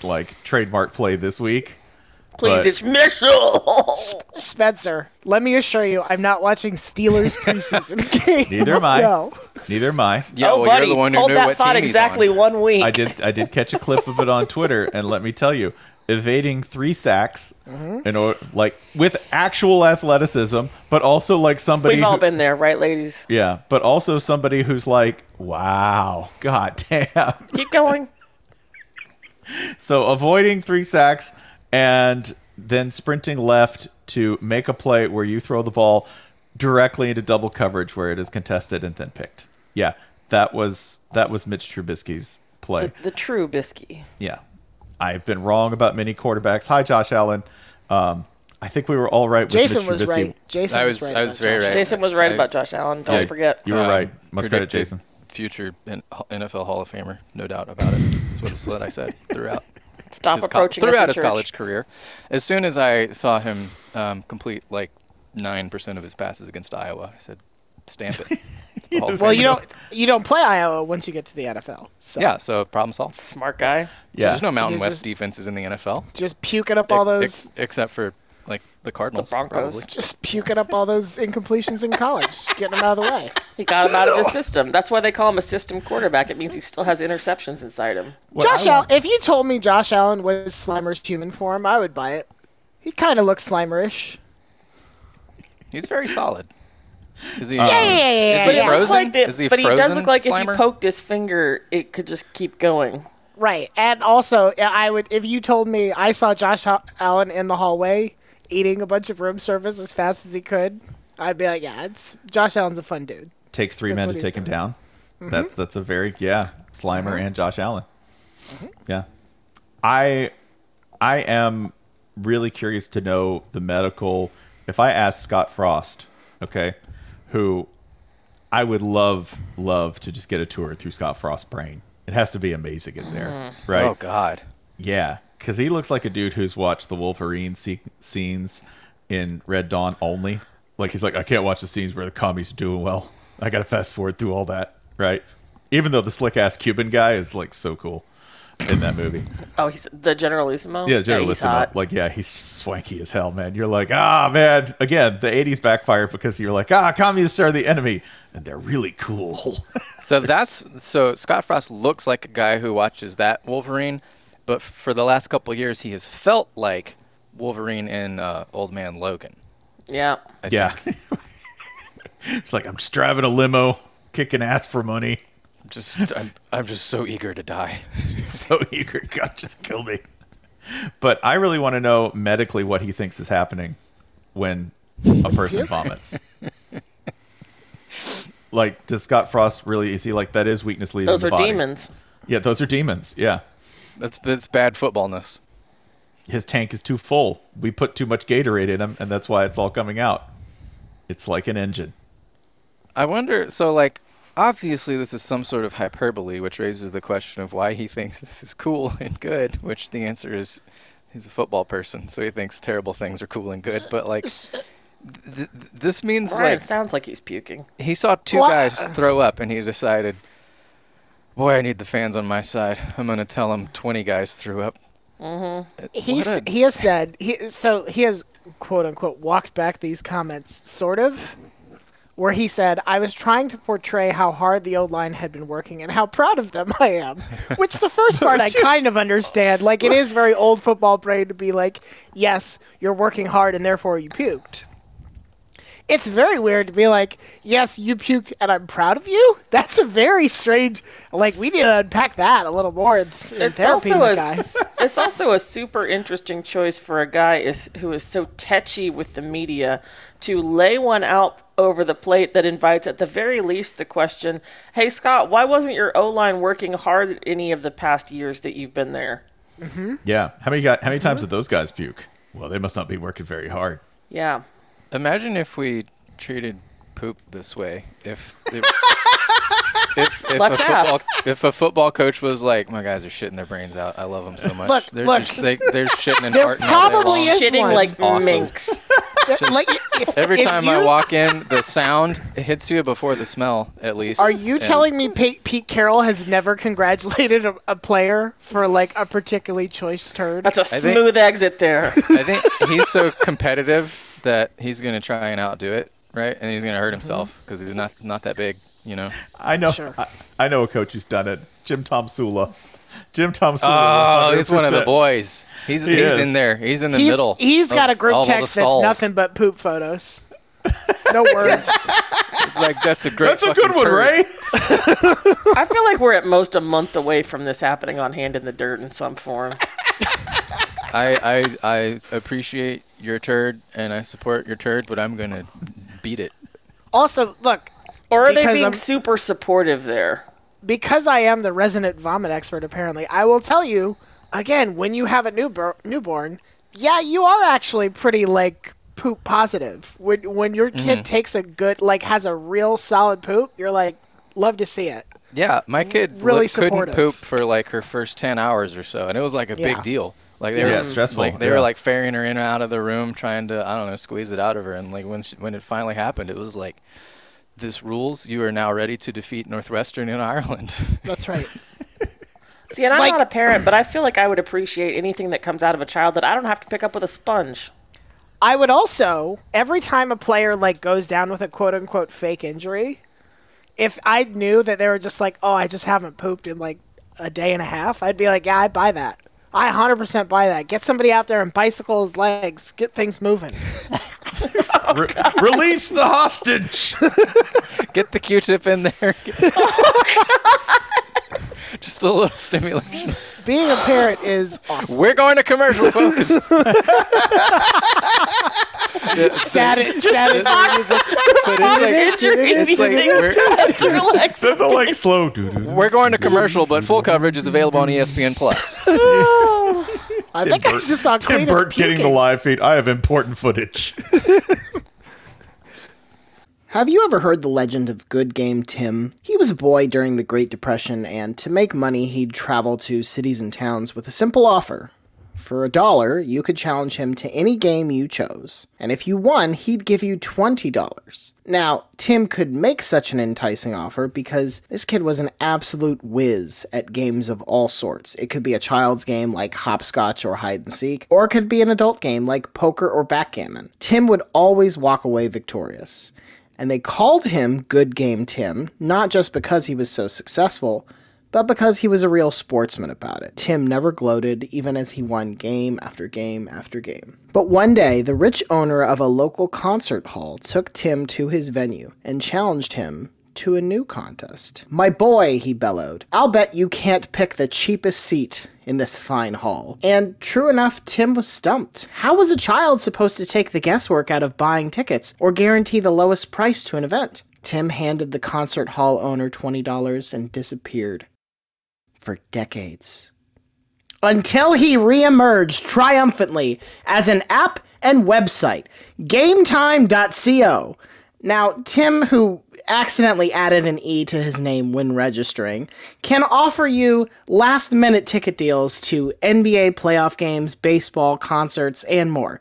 S1: like trademark play this week.
S2: Please,
S1: But-
S2: it's Mitchell.
S3: Spencer, let me assure you, I'm not watching Steelers preseason games.
S1: Neither am I.
S3: No.
S1: Neither am I.
S4: Yeah,
S2: oh,
S4: well,
S2: buddy,
S4: you're the one who
S2: hold
S4: knew
S2: that
S4: what
S2: thought
S4: team he's
S2: exactly
S4: on.
S2: one week.
S1: I did I did catch a clip of it on Twitter, and let me tell you, evading three sacks, in or, like with actual athleticism, but also like somebody
S2: We've all
S1: who-
S2: been there, right, ladies?
S1: yeah, but also somebody who's like, wow, god damn.
S2: Keep going.
S1: So avoiding three sacks and then sprinting left to make a play where you throw the ball directly into double coverage where it is contested and then picked. Yeah, that was that was Mitch Trubisky's play.
S2: The, the true Bisky.
S1: Yeah, I've been wrong about many quarterbacks. Hi, Josh Allen. Um, I think we were all right. With
S3: Jason
S1: Mitch
S3: was
S1: Trubisky.
S3: right. Jason
S4: I was,
S3: right
S4: I was
S3: about
S4: very
S3: Josh.
S4: right.
S2: Jason was right
S4: I
S2: about Josh Allen. Don't
S1: Yeah,
S2: forget.
S1: You were
S4: um,
S1: right. Must credit
S4: predicted
S1: Jason.
S4: Future N- NFL Hall of Famer, no doubt about it. That's what, that's what I said throughout
S2: Stop
S4: his, col-
S2: approaching us in
S4: throughout his
S2: church.
S4: college career. As soon as I saw him um, complete like nine percent of his passes against Iowa, I said, "Stamp it." It's a Hall of
S3: Well,
S4: Famer.
S3: you don't you don't play Iowa once you get to the NFL. So
S4: Yeah, so problem solved.
S2: Smart guy.
S1: Yeah.
S4: There's no Mountain
S3: He's
S4: West
S3: just-
S4: defenses in the NFL,
S3: just puking up all
S4: Ex-
S3: those
S4: ex- except for like the Cardinals.
S2: Broncos.
S4: probably.
S3: just puking up all those incompletions in college, just getting them out of the way.
S2: He got him out of his system. That's why they call him a system quarterback. It means he still has interceptions inside him.
S1: What
S3: Josh
S1: I
S3: Allen, if you told me Josh Allen was Slimer's human form, I would buy it. He kind of looks Slimerish.
S4: He's very solid. Is he?
S3: yeah, yeah, yeah,
S4: Is
S3: yeah,
S4: he
S3: yeah.
S4: frozen?
S2: Looks like the-
S4: is he
S2: but he
S4: frozen?
S2: does look like if
S4: Slimer?
S2: he poked his finger, it could just keep going.
S3: Right. And also, I would if you told me I saw Josh Ha- Allen in the hallway eating a bunch of room service as fast as he could, I'd be like, yeah, it's Josh Allen's a fun dude.
S1: takes three
S3: That's
S1: men to
S3: what he's Mm-hmm.
S1: take him down. That's that's a very yeah Slimer and Josh Allen.
S3: Mm-hmm.
S1: Yeah, I I am really curious to know the medical. If I ask Scott Frost, okay, who I would love love to just get a tour through Scott Frost's brain. It has to be amazing in there,
S3: Mm-hmm.
S1: right?
S4: Oh God.
S1: Yeah, because he looks like a dude who's watched the Wolverine se- scenes in Red Dawn only. Like he's like, I can't watch the scenes where the commies are doing well. I gotta fast forward through all that, right? Even though the slick ass Cuban guy is like so cool in that movie.
S2: Oh, he's the Generalissimo.
S1: Yeah, Jared,
S2: he's
S1: listen
S2: hot.
S1: up. Like, yeah, he's swanky as hell, man. You're like, ah, man. Again, the '80s backfire because you're like, ah, communists are the enemy, and they're really cool.
S4: So that's so Scott Frost looks like a guy who watches that Wolverine, but for the last couple of years he has felt like Wolverine in uh, Old Man Logan.
S2: Yeah.
S4: I
S1: yeah,
S4: think.
S1: it's like I'm just driving a limo, kicking ass for money.
S4: I'm just I'm, I'm just so eager to die.
S1: so eager. God, just kill me. But I really want to know medically what he thinks is happening when a person vomits. like, does Scott Frost really? Is he like that? Is weakness leaving
S2: Those
S1: the
S2: are
S1: body?
S2: demons.
S1: Yeah, those are demons. Yeah,
S4: That's that's bad footballness.
S1: his tank is too full. We put too much Gatorade in him, and that's why it's all coming out. It's like an engine.
S4: I wonder. So like obviously this is some sort of hyperbole, which raises the question of why he thinks this is cool and good. Which the answer is he's a football person, so he thinks terrible things are cool and good. But like. Th- th- this means
S2: Ryan
S4: like
S2: sounds like he's puking.
S4: He saw two
S3: Wha-
S4: guys throw up, and he decided, "Boy, I need the fans on my side. I'm gonna tell them 20 guys threw up."
S3: He's
S4: What a-
S3: he has said he so he has quote unquote walked back these comments sort of where he said I was trying to portray how hard the old line had been working and how proud of them I am which the first part I kind of understand like it is very old football brain to be like yes you're working hard and therefore you puked it's very weird to be like, yes, you puked and I'm proud of you. That's a very strange. Like we need to unpack that a little more. In, in
S2: It's
S3: therapy,
S2: also
S3: my
S2: a
S3: guy.
S2: s- it's also a super interesting choice for a guy is who is so tetchy with the media to lay one out over the plate that invites at the very least the question, "Hey Scott, why wasn't your O line working hard any of the past years that you've been there?"
S1: Yeah. How many guy, how many
S2: Uh-huh.
S1: times did those guys puke? Well, they must not be working very hard.
S2: Yeah.
S4: Imagine if we treated poop this way. If if, if, if,
S2: Let's
S4: a football, if a football coach was like, "My guys are shitting their brains out. I love them so much.
S3: Look,
S4: they're
S3: look.
S4: just they, they're shitting and
S3: There
S4: farting all day
S3: probably
S4: long."
S3: is- This
S2: Shitting
S3: one's
S2: like
S4: awesome.
S2: minks.
S4: Just-
S3: Like, if-
S4: Every
S3: if
S4: time
S3: you-
S4: I walk in, the sound it hits you before the smell, at least.
S3: Are you
S4: And
S3: telling me Pete, Pete Carroll has never congratulated a, a player for like a particularly choice turd?
S2: That's a
S4: think-
S2: smooth exit there.
S4: I think he's so competitive that he's gonna try and outdo it, right? And he's gonna
S1: Mm-hmm.
S4: hurt himself because he's not not that big, you know.
S1: I know.
S3: Sure.
S1: I, I know a coach who's done it. Jim Tom Sula. Jim Tom Sula.
S4: Oh, he's one of the
S1: 100%.
S4: boys. He's
S1: He
S4: he's
S1: is.
S4: in there. He's in the
S3: he's,
S4: middle.
S3: He's got a
S4: of all
S3: group
S4: the
S3: text that's
S4: stalls.
S3: nothing but poop photos. No words.
S4: It's like that's a great.
S1: That's a
S4: fucking
S1: good one,
S4: turd.
S1: Ray.
S2: I feel like we're at most a month away from this happening on Hand in the Dirt in some form.
S4: I, I I appreciate your turd and I support your turd, but I'm gonna beat it.
S3: also, look,
S2: Or are they
S3: Because
S2: being
S3: I'm-
S2: super supportive there?
S3: because I am the resident vomit expert, apparently, I will tell you again when you have a newbor- newborn, yeah, you are actually pretty like poop positive. When when your
S4: Mm-hmm.
S3: kid takes a good like has a real solid poop, you're like love to see it.
S4: Yeah, my kid
S3: Mm, Really
S4: li- couldn't
S3: supportive.
S4: poop for like her first ten hours or so, and it was like a
S3: Yeah.
S4: big deal. Like they
S1: Yeah,
S4: were
S1: it's stressful,
S4: Like they
S1: yeah.
S4: were like ferrying her in and out of the room, trying to I don't know squeeze it out of her. And like when she, when it finally happened, it was like, "This rules. You are now ready to defeat Northwestern in Ireland."
S3: That's right.
S2: See, and I'm
S3: Like-
S2: not a parent, but I feel like I would appreciate anything that comes out of a child that I don't have to pick up with a sponge.
S3: I would also every time a player like goes down with a quote unquote fake injury, if I knew that they were just like, oh, I just haven't pooped in like a day and a half, I'd be like, yeah, I buy that. I 100% buy that. Get somebody out there and bicycle his legs, get things moving.
S4: Oh,
S1: Re- release the hostage.
S4: Get the Q-tip in there. Just a little stimulation.
S3: Being a parent is awesome.
S4: We're going to commercial, folks.
S3: Sad, sad
S4: But it's like, it's like we're,
S1: They're the like slow. doo-doo.
S4: we're going to commercial, but full coverage is available on E ESPN Plus.
S3: I think I just saw
S1: Tim
S3: Cletus
S1: Burt getting the
S3: puking.
S1: live feed. I have important footage.
S5: Have you ever heard the legend of Good Game Tim? He was a boy during the Great Depression, and to make money, he'd travel to cities and towns with a simple offer. For a dollar, you could challenge him to any game you chose, and if you won, he'd give you $20. Now, Tim could make such an enticing offer because this kid was an absolute whiz at games of all sorts. It could be a child's game like hopscotch or hide and seek, or it could be an adult game like poker or backgammon. Tim would always walk away victorious. And they called him Good Game Tim, not just because he was so successful, but because he was a real sportsman about it. Tim never gloated, even as he won game after game after game. But one day, the rich owner of a local concert hall took Tim to his venue and challenged him to a new contest. My boy, he bellowed, I'll bet you can't pick the cheapest seat in this fine hall. And true enough, Tim was stumped. How was a child supposed to take the guesswork out of buying tickets or guarantee the lowest price to an event? Tim handed the concert hall owner $20 and disappeared for decades. Until he reemerged triumphantly as an app and website, gametime.co. Now, Tim, who accidentally added an E to his name when registering, can offer you last minute ticket deals to NBA playoff games, baseball, concerts, and more.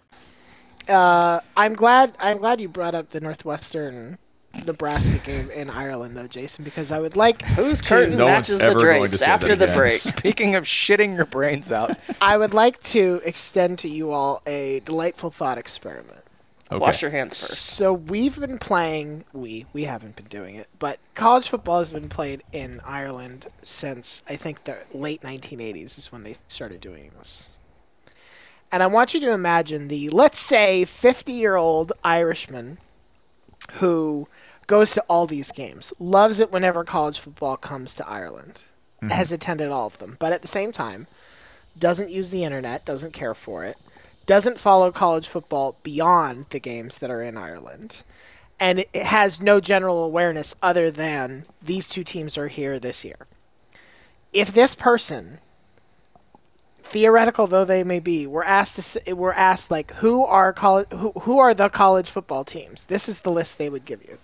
S3: I'm glad. I'm glad you brought up the Northwestern Nebraska game in Ireland, though, Jason, because I would like
S2: Whose curtain
S1: No one's
S2: matches the
S1: ever going to
S2: drapes
S1: say that
S2: after the
S1: again.
S2: break?
S4: Speaking of shitting your brains out,
S3: I would like to extend to you all a delightful thought experiment.
S1: Okay.
S2: Wash your hands first.
S3: So we've been playing. We we haven't been doing it, but college football has been played in Ireland since I think the late 1980s is when they started doing this. And I want you to imagine the let's say 50 year old Irishman who goes to all these games, loves it whenever college football comes to Ireland, has attended all of them, but at the same time doesn't use the internet, doesn't care for it, doesn't follow college football beyond the games that are in Ireland, and it it has no general awareness other than these two teams are here this year. If this person, theoretical though they may be, were asked to s- were asked like who are college who, who are the college football teams? This is the list they would give you.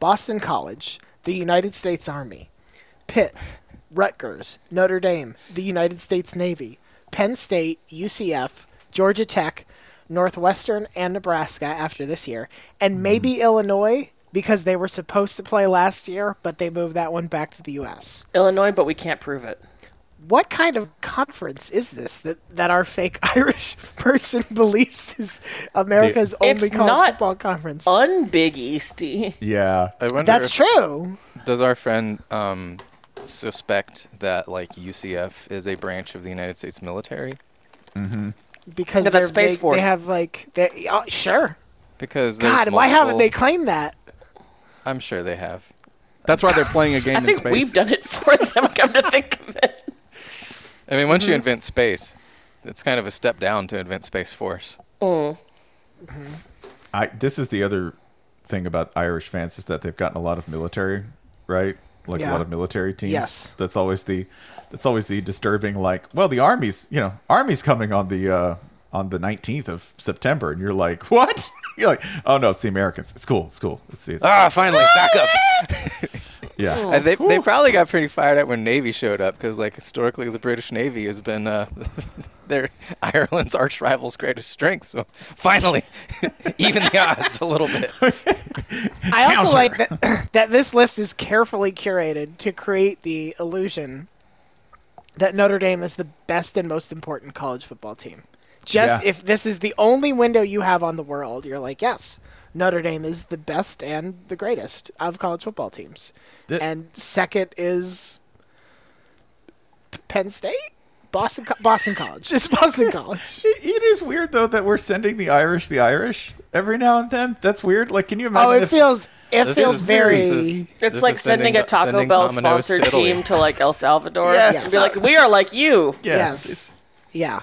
S3: Boston College, the United States Army, Pitt, Rutgers, Notre Dame, the United States Navy, Penn State, UCF, Georgia Tech, Northwestern, and Nebraska after this year,
S2: Mm-hmm.
S3: and maybe Illinois because they were supposed to play last year, but they moved that one back to the U.S.
S2: Illinois, but we can't prove it.
S3: What kind of conference is this that, that our fake Irish person believes is America's
S2: It's
S3: only college
S2: not
S3: football conference?
S2: Unbig Easty.
S1: Yeah.
S4: I wonder
S3: That's
S4: if-
S3: true.
S4: does our friend um, suspect that like UCF is a branch of the United States military?
S3: Because
S2: No, that's
S3: they're big-
S2: Space Force.
S3: they have like they, oh, sure.
S4: Because there's
S3: God, why haven't they
S4: multiple-
S3: claimed that?
S4: I'm sure they have.
S6: That's why they're playing a game
S2: I
S6: in
S2: think
S6: space.
S2: we've done it for them. Come to think of it,
S4: I mean, once you
S2: Mm-hmm.
S4: invent space, it's kind of a step down to invent space force.
S2: Mm.
S1: I this is the other thing about Irish fans is that they've gotten a lot of military, right? Like a
S3: Yeah.
S1: lot of military teams.
S3: Yes.
S1: That's always the that's always the disturbing like, well, the army's, you know, army's coming on the uh on the 19th of September and you're like, "What?" You're like, "Oh no, it's the Americans. It's cool. It's cool. It's, it's
S4: Ah, finally, back up.
S1: yeah."
S4: And they, they probably got pretty fired up when Navy showed up because, like, historically, the British Navy has been uh, their Ireland's arch rival's greatest strength. So finally, even the odds a little bit.
S3: I also like that, that this list is carefully curated to create the illusion that Notre Dame is the best and most important college football team. Just
S1: Yeah.
S3: if this is the only window you have on the world, you're like, yes, Notre Dame is the best and the greatest of college football teams.
S1: Th-
S3: and second is P- Penn State? Boston, Co- Boston College. It's Boston College.
S1: It- it is weird though that we're sending the Irish the Irish every now and then. That's weird. Like, can you imagine
S3: Oh, it
S1: if-
S3: feels it
S4: This
S3: feels
S4: is-
S3: very
S4: this is- this
S2: it's
S4: is
S2: like sending, a Taco
S4: sending
S2: Bell
S4: Domino's to
S2: sponsored
S4: Italy.
S2: team to like El Salvador
S1: Yes.
S2: and be like, "We are like you."
S1: Yeah,
S3: yes.
S1: it's-
S3: Yeah.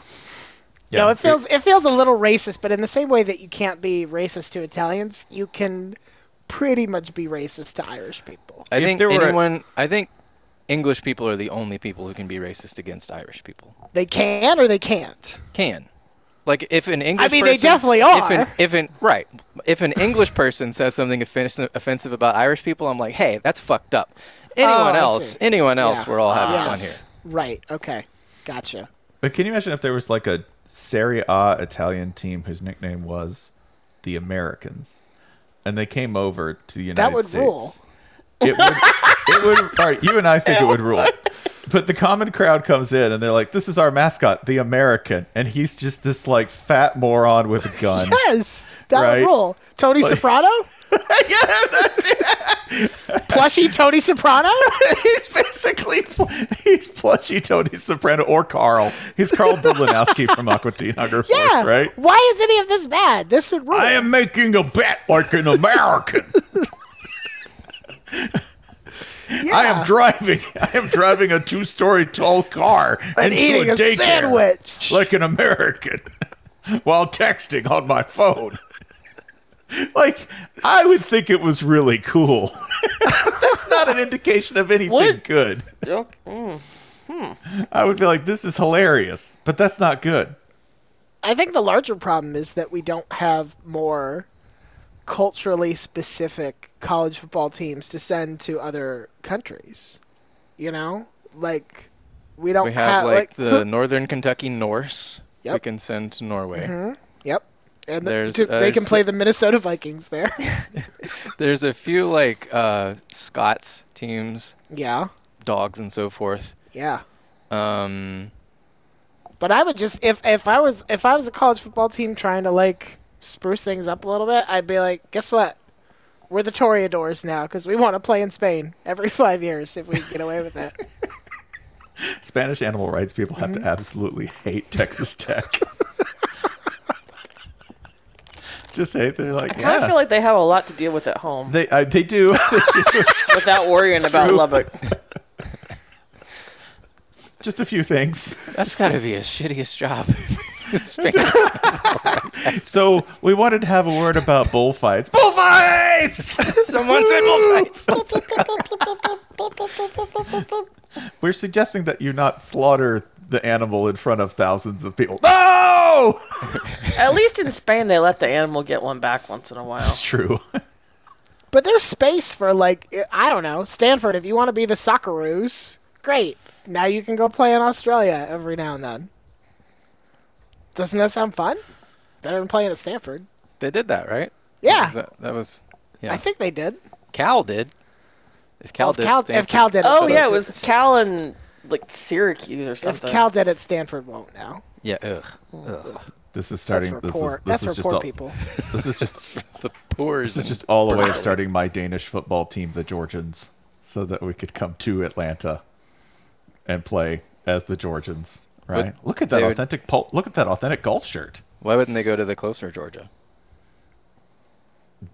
S1: Yeah,
S3: no,
S1: it-
S3: it feels it feels a little racist, but in the same way that you can't be racist to Italians, you can pretty much be racist to Irish people.
S4: I
S1: If
S4: think
S1: there were a-
S4: anyone. I think English people are the only people who can be racist against Irish people.
S3: They can or they can't.
S4: Can, like, if an English.
S3: mean, they
S4: person-
S3: definitely
S4: If an,
S3: are.
S4: if an right, if an English person says something offensive, offensive about Irish people, I'm like, hey, that's fucked up. Anyone
S3: Oh, I
S4: else?
S3: see.
S4: Anyone else?
S3: Yeah.
S4: We're all having
S3: Yes.
S4: fun
S3: Right. Okay. Gotcha.
S1: But can you imagine if there was like a Serie A Italian team whose nickname was the Americans, and they came over to the United
S3: would
S1: States?
S3: rule.
S1: It would. it would. All right, you and I think it would rule. But the common crowd comes in and they're like, "This is our mascot, the American," and he's just this like fat moron with a gun.
S3: Yes, that
S1: Right.
S3: would rule. Tony Soprano. yeah, that's it. Plushy Tony Soprano.
S1: he's basically he's plushy Tony Soprano or Carl. He's Carl Berlinowski from Aqua Teen Hunger Force,
S3: Yeah.
S1: right?
S3: Why is any of this bad? This would rule.
S1: I am making a bet like an American. I am driving. I am driving a two-story tall car
S3: and
S1: into
S3: eating a,
S1: daycare
S3: sandwich.
S1: like an American while texting on my phone. Like I would think it was really cool. That's not an indication of anything
S2: What?
S1: good.
S2: Okay. Mm.
S1: I would be like, this is hilarious, but that's not good.
S3: I think the larger problem is that we don't have more culturally specific college football teams to send to other countries. You know, like we
S4: here.
S3: don't
S4: We have like the
S3: who-
S4: Northern Kentucky Norse. We
S3: Yep. Mm-hmm.
S4: can send to Norway.
S3: Yep. And the-
S4: There's,
S3: to-
S4: uh,
S3: they can
S4: s-
S3: play the Minnesota Vikings there.
S4: There's a few like uh, Scots teams,
S3: yeah.
S4: dogs and so forth.
S3: Yeah.
S4: Um,
S3: But I would just if if I was if I was a college football team trying to like spruce things up a little bit, I'd be like, guess what? We're the Toreadors now because we want to play in Spain every five years if we can get away with it.
S1: Spanish animal rights people have
S2: Mm-hmm.
S1: to absolutely hate Texas Tech. Just hate. They're like,
S2: I
S1: yeah.
S2: feel like they have a lot to deal with at home
S1: they uh, they do.
S2: without worrying about
S1: true.
S2: Lubbock.
S1: Just a few things.
S4: that's got to be his shittiest job. Spain.
S1: So we wanted to have a word about bullfights. Bullfights.
S4: Someone said bullfights.
S1: We're suggesting that you not slaughter the animal in front of thousands of people. No,
S2: At least in Spain, they let the animal get one back once in a while.
S1: it's true.
S3: But there's space for like I- I don't know Stanford. If you want to be the Socceroos, great. Now you can go play in Australia every now and then. Doesn't that sound fun? Better than playing at Stanford.
S4: They did that, right?
S3: Yeah,
S4: That, that was. Yeah.
S3: I think they did.
S4: Cal did. If Cal
S3: Well,
S4: did.
S3: if, Cal, if
S4: Stanford-
S3: Cal did, it,
S2: Oh yeah, it
S3: Stanford-
S2: was Cal and like Syracuse or
S3: If
S2: something.
S3: Cal did it, Stanford won't now.
S4: Yeah. Ugh. ugh.
S1: This is
S3: That's
S1: starting.
S3: for
S1: this
S3: poor.
S1: is this
S3: that's
S1: is
S3: for
S1: just
S3: poor
S1: all,
S3: people.
S1: This is just
S4: The poor's
S1: this is just all a way of starting my Danish football team, the Georgians, so that we could come to Atlanta and play as the Georgians. Right? look at that
S4: they would-
S1: authentic. Pol- look at that authentic golf shirt.
S4: Why wouldn't they go to the closer Georgia?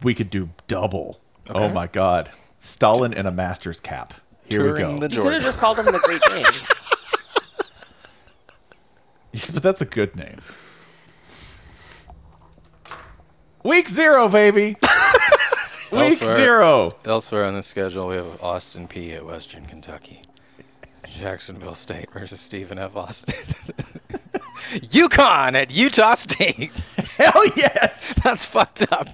S1: We could do double. Oh my God! Stalin in a master's cap. Here
S4: Touring
S1: we go.
S4: the
S2: you could
S4: Georgia.
S2: have just called them the Great Games.
S1: Yes, but that's a good name. Week zero, baby. Week
S4: Elsewhere.
S1: zero.
S4: Elsewhere on the schedule, we have Austin P at Western Kentucky, Jacksonville State versus Stephen F. Austin, UConn at Utah State.
S1: Hell yes.
S4: That's fucked up.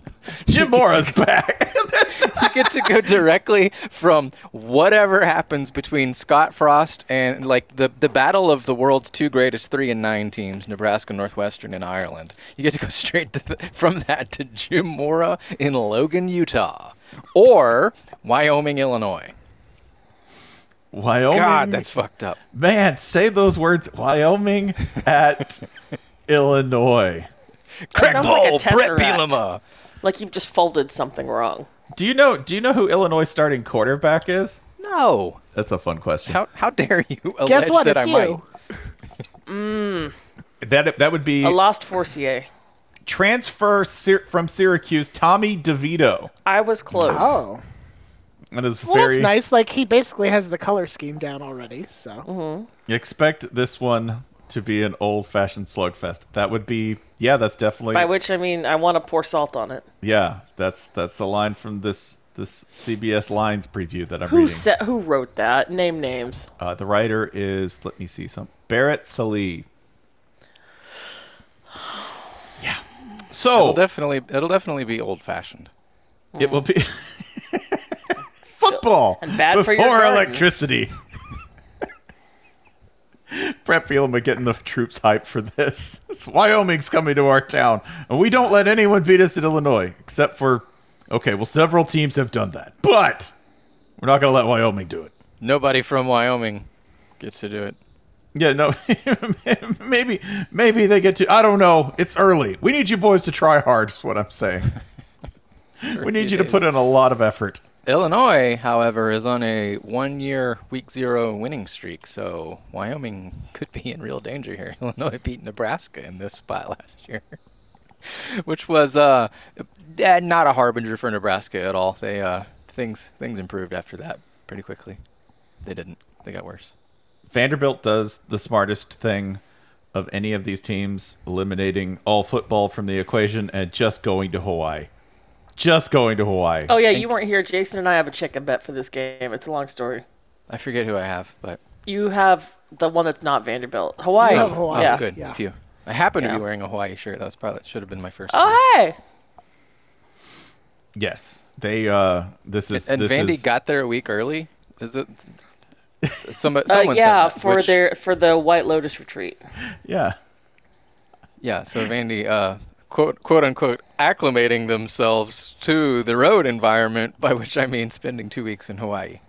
S1: Jim Mora's back.
S4: You get to go directly from whatever happens between Scott Frost and like the the battle of the world's two greatest three and nine teams, Nebraska, Northwestern, and Ireland. You get to go straight to the, from that to Jim Mora in Logan, Utah, or Wyoming, Illinois.
S1: Wyoming.
S4: God, that's fucked up.
S1: Man, say those words. Wyoming at Illinois.
S2: That sounds like a
S4: Brett
S2: tesseract.
S4: Bielema.
S2: like you've just folded something wrong.
S1: Do you know? Do you know who Illinois starting quarterback is?
S4: No.
S1: That's a fun question.
S4: How, how dare you allege
S3: Guess what?
S4: that
S3: It's
S4: I
S3: you.
S4: might?
S1: that that would be
S2: A lost Forcier.
S1: transfer Syr- from Syracuse, Tommy DeVito.
S2: I was close.
S3: Oh,
S1: That is
S3: well,
S1: very
S3: that's nice. Like he basically has the color scheme down already. So
S4: Mm-hmm.
S1: Expect this one to be an old fashioned slugfest. That would be yeah, that's definitely
S2: By which I mean I want to pour salt on it.
S1: yeah, that's that's a line from this this CBS lines preview that I'm
S2: Who
S1: reading.
S2: said? Who wrote that? Name names.
S1: uh, the writer is let me see some Barrett Salee. Yeah.
S4: It'll
S1: So
S4: definitely it'll definitely be old fashioned.
S1: it will be football
S2: Mm. And bad for
S1: before
S2: your garden.
S1: electricity. Brett Bielema getting the troops hype for this. It's Wyoming's coming to our town, and we don't let anyone beat us at Illinois, except for okay. Well, several teams have done that, but we're not going to let Wyoming do it.
S4: Nobody from Wyoming gets to do it.
S1: Yeah, no, maybe maybe they get to. I don't know. It's early. We need you boys to try hard. Is what I'm saying. we need you to put in a lot of effort.
S4: Illinois, however, is on a one year week zero winning streak, so Wyoming could be in real danger here. Illinois beat Nebraska in this spot last year. Which was uh, eh, not a harbinger for Nebraska at all. They uh, things things improved after that pretty quickly. They didn't. They got worse.
S1: Vanderbilt does the smartest thing of any of these teams, eliminating all football from the equation and just going to Hawaii. Just going to Hawaii.
S2: Oh yeah, you weren't here. Jason and I have a chicken bet for this game. It's a long story.
S4: I forget who I have, but Oh,
S2: You have the one that's not Vanderbilt. Hawaii.
S3: You have Hawaii.
S2: Yeah.
S4: good.
S3: yeah.
S4: A few. I happen to
S2: Yeah.
S4: be wearing a Hawaii shirt. That was probably that should have been my first. one.
S2: Oh hey.
S1: Yes, they. uh This is
S4: and
S1: this
S4: Vandy
S1: is,
S4: got there a week early. Is it? Some,
S2: Uh,
S4: someone said
S2: yeah,
S4: that,
S2: for
S4: which-
S2: their for the White Lotus retreat.
S1: yeah.
S4: yeah. So Vandy, uh, quote quote unquote acclimating themselves to the road environment, by which I mean spending two weeks in Hawaii.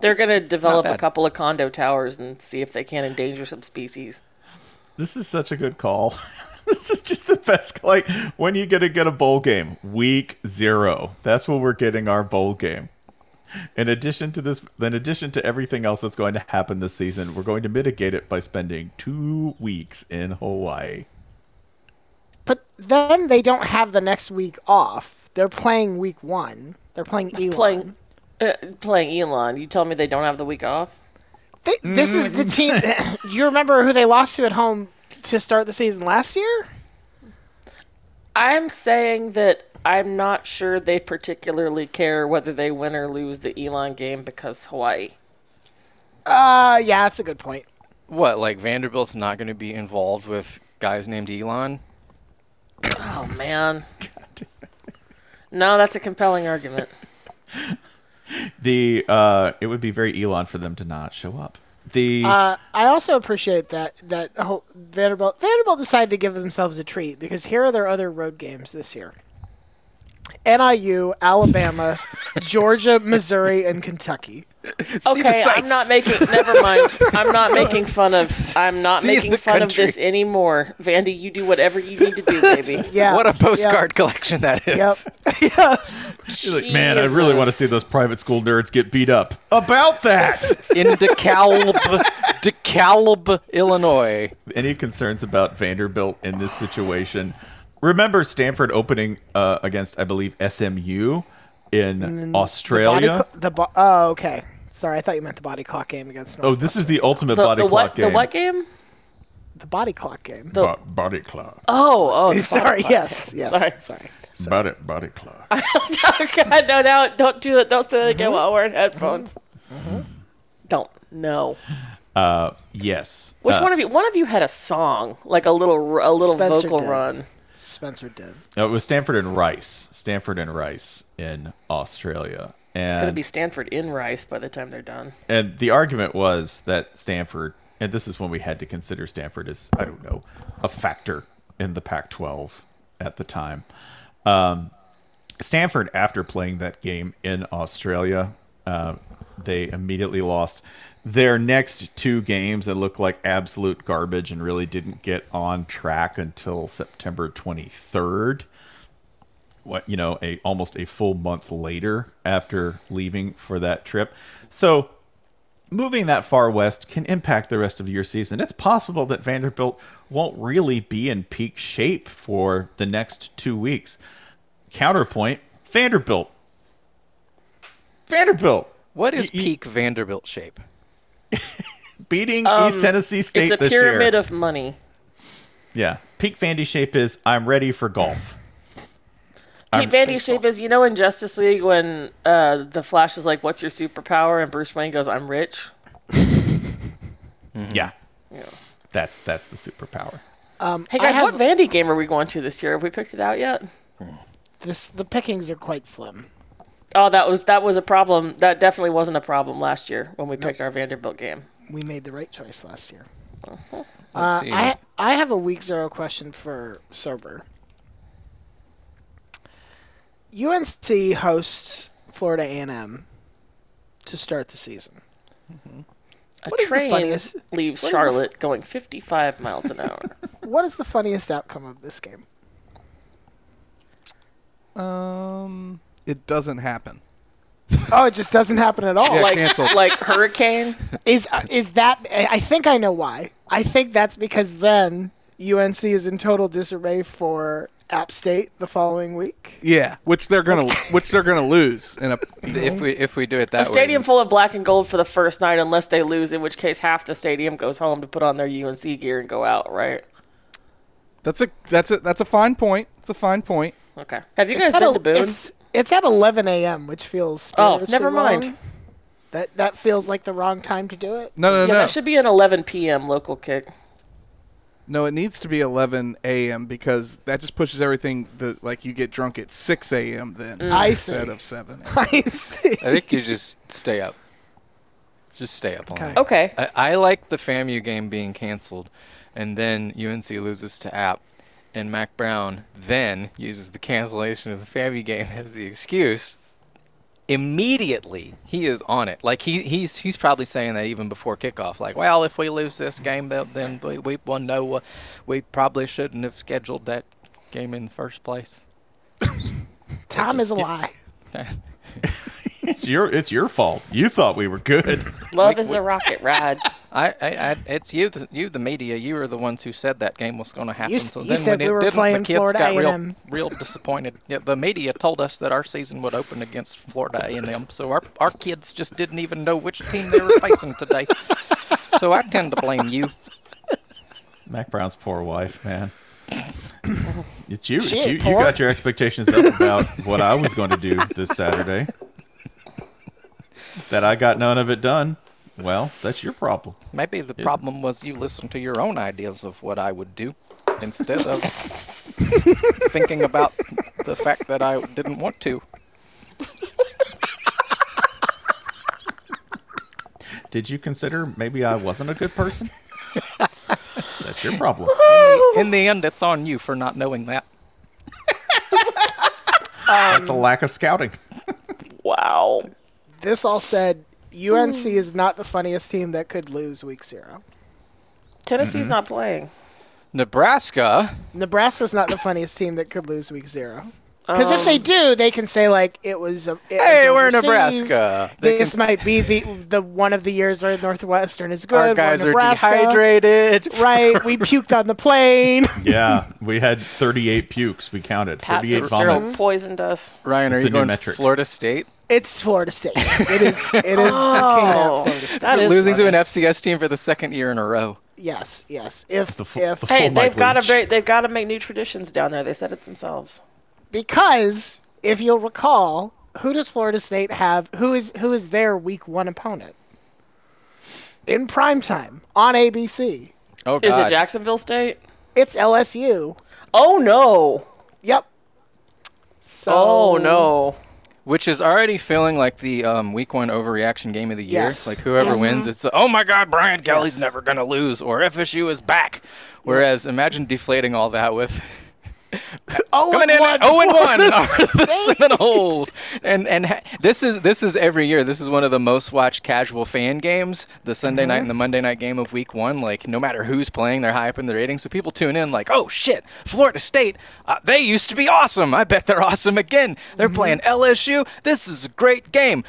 S2: They're going to develop a
S4: bad.
S2: couple of condo towers and see if they can endanger some species.
S1: This is such a good call. this is just the best. Like, when you gonna get a bowl game? Week zero. That's when we're getting our bowl game. In addition to this, in addition to everything else that's going to happen this season, we're going to mitigate it by spending two weeks in Hawaii.
S3: But then they don't have the next week off. They're playing week one. They're playing Elon.
S2: Playing, uh, playing Elon. You tell me they don't have the week off?
S3: They, this is the
S4: Mm.
S3: team. you remember who they lost to at home to start the season last year?
S2: I'm saying that I'm not sure they particularly care whether they win or lose the Elon game because Hawaii.
S3: Uh, yeah, that's a good point.
S4: What, like Vanderbilt's not going to be involved with guys named Elon?
S2: Oh man. No, that's a compelling argument.
S1: The uh, it would be very Elon for them to not show up. The
S3: Uh, I also appreciate that that oh, Vanderbilt Vanderbilt decided to give themselves a treat because here are their other road games this year: NIU, Alabama, Georgia, Missouri, and Kentucky.
S2: Okay, I'm not making. Never mind. I'm not making fun of. I'm not
S4: See
S2: making
S4: the
S2: fun of this
S4: country.
S2: anymore, Vandy. You do whatever you need to do, baby.
S3: Yeah,
S4: What a
S3: yeah,
S4: postcard collection that is.
S3: Yep.
S1: you're like, man, I really want to see
S2: Jesus.
S1: those private school nerds get beat up. About that.
S4: In DeKalb, DeKalb, Illinois.
S1: any concerns about Vanderbilt in this situation? Remember Stanford opening uh, against, I believe, SMU in
S3: Mm, Body
S1: Australia.
S3: cl- the bo- oh, okay. Sorry, I thought you meant the body clock game against
S1: oh,
S3: North.
S1: this is the ultimate
S2: The,
S1: body
S2: the
S1: clock
S2: what?
S1: game.
S2: The what game?
S3: the body clock game.
S1: Bo- body clock.
S2: Oh, oh. the
S3: sorry.
S2: fuck.
S3: Yes. Yes.
S2: Sorry.
S3: Sorry.
S1: Body body clock.
S2: oh God, no, no, don't do it. Don't say that
S1: Mm-hmm.
S2: again while wearing headphones. Don't. No.
S1: yes.
S2: Which
S1: Uh,
S2: one of you? One of you had a song, like a little, r- a little
S3: Spencer
S2: vocal
S3: did.
S2: run.
S3: Spencer did.
S1: no, it was Stanford and Rice. Stanford and Rice in Australia. And
S2: It's gonna be Stanford in Rice by the time they're done.
S1: and the argument was that Stanford, and this is when we had to consider Stanford as I don't know a factor in the Pac-12 at the time. Um, Stanford, after playing that game in Australia, uh, they immediately lost their next two games that looked like absolute garbage and really didn't get on track until September 23rd what you know a almost a full month later after leaving for that trip so moving that far west can impact the rest of your season it's possible that vanderbilt won't really be in peak shape for the next two weeks counterpoint vanderbilt vanderbilt
S4: What is
S1: Y- y-
S4: peak Vanderbilt shape?
S1: beating east tennessee state
S2: Um, It's a
S1: this
S2: pyramid
S1: year.
S2: of money.
S1: yeah peak vandy shape is i'm ready for golf
S2: Pete Vandy shape is you know in Justice League when uh, the Flash is like, "What's your superpower?" and Bruce Wayne goes, "I'm rich." Mm-hmm.
S1: yeah that's that's the superpower
S2: Hey
S3: I
S2: guys,
S3: have-
S2: what Vandy game are we going to this year? Have we picked it out yet?
S3: This the pickings are quite slim.
S2: Oh, that was that was a problem. That definitely wasn't a problem last year when we picked our Vanderbilt game.
S3: We made the right choice last year. Uh,
S4: Let's see.
S3: I I have a week zero question for Serber. UNC hosts Florida A&M to start the season.
S2: A
S3: What is the
S2: train
S3: funniest-
S2: leaves
S3: what is the
S2: Charlotte going 55 miles an hour.
S3: What is the funniest outcome of this game?
S6: Um, it doesn't happen.
S3: Oh, it just doesn't happen at all.
S6: Yeah,
S2: like
S6: canceled.
S2: like hurricane.
S3: Is uh, is that? I I think I know why. I think that's because then UNC is in total disarray for App State the following week.
S6: Yeah, which they're gonna which they're gonna lose in a
S4: if we if we do it that
S2: A stadium
S4: way,
S2: full of black and gold for the first night, unless they lose, in which case half the stadium goes home to put on their UNC gear and go out. Right?
S6: that's a that's a that's a fine point. It's a fine point.
S2: Okay. Have you guys
S3: at
S2: been
S3: el-
S2: to Boone?
S3: it's it's at 11 a.m., which feels
S2: Oh,
S3: spiritually
S2: never mind.
S3: wrong. That that feels like the wrong time to do it.
S6: No, no,
S2: Yeah,
S6: no.
S2: that should be an 11 p.m. local kick.
S6: No, it needs to be 11 a.m. because that just pushes everything. The like you get drunk at 6 a.m. Then
S3: I
S6: instead
S3: see.
S6: of 7.
S3: I see.
S4: I think you just stay up. Just stay up all
S3: Okay.
S4: night.
S2: Okay.
S4: I, I like the FAMU game being canceled, and then UNC loses to App, and Mac Brown then uses the cancellation of the Fabi game as the excuse, immediately he is on it. Like he, he's he's probably saying that even before kickoff. Like, well, if we lose this game, they'll- then we we will know uh, we probably shouldn't have scheduled that game in the first place.
S3: Time is a lie.
S1: It's your it's your fault. You thought we were good.
S7: Love is a rocket ride.
S4: I, I, I it's you, the, you, the media. You were the ones who said that game was going to happen.
S3: You s-
S4: so
S3: you
S4: then
S3: said
S4: when
S3: we
S4: it
S3: were
S4: didn't,
S3: playing
S4: the kids
S3: Florida
S4: got real,
S3: A&M.
S4: real disappointed. Yeah, the media told us that our season would open against Florida A&M, so our our kids just didn't even know which team they were facing today. So I tend to blame you.
S1: Mac Brown's poor wife, man. It's you.
S3: She
S1: it's you, you
S3: ain't poor.
S1: got your expectations up about what I was going to do this Saturday. That I got none of it done. Well, that's your problem.
S4: Maybe the problem was you listened to your own ideas of what I would do instead of thinking about the fact that I didn't want to.
S1: Did you consider maybe I wasn't a good person? that's your problem.
S4: In the end, it's on you for not knowing that.
S1: That's a lack of scouting.
S2: Wow.
S3: This all said, UNC
S4: Hmm.
S3: is not the funniest team that could lose week zero.
S2: Tennessee's not playing.
S4: Nebraska
S3: Nebraska's not the funniest team that could lose week zero. Because if
S2: Um,
S3: they do, they can say like it was. A, it
S4: Um, Hey,
S3: was
S4: we're
S3: overseas.
S4: Nebraska. They
S3: this
S4: can s-
S3: might be the the one of the years where Northwestern is good.
S4: Our
S3: we're
S4: guys are
S3: Nebraska.
S4: dehydrated.
S3: Right, we puked on the plane.
S1: Yeah, we had 38 pukes. We counted
S2: Pat
S1: 38
S2: Fitzgerald
S7: Mm-hmm.
S1: vomits.
S2: poisoned us.
S4: Ryan, are
S1: It's
S4: you
S1: a new
S4: going to
S1: metric.
S4: Florida State?
S3: It's Florida State. Yes, It is. It is. the king of
S2: Oh,
S3: Florida State.
S2: that is
S4: Losing to
S2: funny.
S4: an FCS team for the second year in a row.
S3: Yes, yes. If
S1: The fu-
S3: if
S1: the
S2: Hey,
S1: full Mike
S2: they've got to
S1: Leach.
S2: they've got to make new traditions down there. They said it themselves.
S3: because if you'll recall, who does Florida State have? Who is who is their Week One opponent in prime time on ABC?
S4: Oh God!
S2: Is it Jacksonville State?
S3: It's LSU.
S2: Oh no!
S3: Yep. So
S2: Oh no!
S4: Which is already feeling like the um, week one overreaction game of the year.
S3: Yes.
S4: Like whoever
S3: Yes.
S4: wins, it's oh my God, Brian Kelly's never going to lose, or FSU is back. Whereas imagine deflating all that with
S3: Oh,
S4: coming
S3: and
S4: in
S3: one.
S4: at 0 and 1 are the Seminoles. And and ha- this is this is every year. This is one of the most watched casual fan games. The Sunday
S3: Mm-hmm.
S4: night and the Monday night game of week 1, like no matter who's playing, they're high up in the ratings. So people tune in like, "Oh shit, Florida State, uh, they used to be awesome. I bet they're awesome again. They're
S3: Mm-hmm.
S4: playing LSU. This is a great game."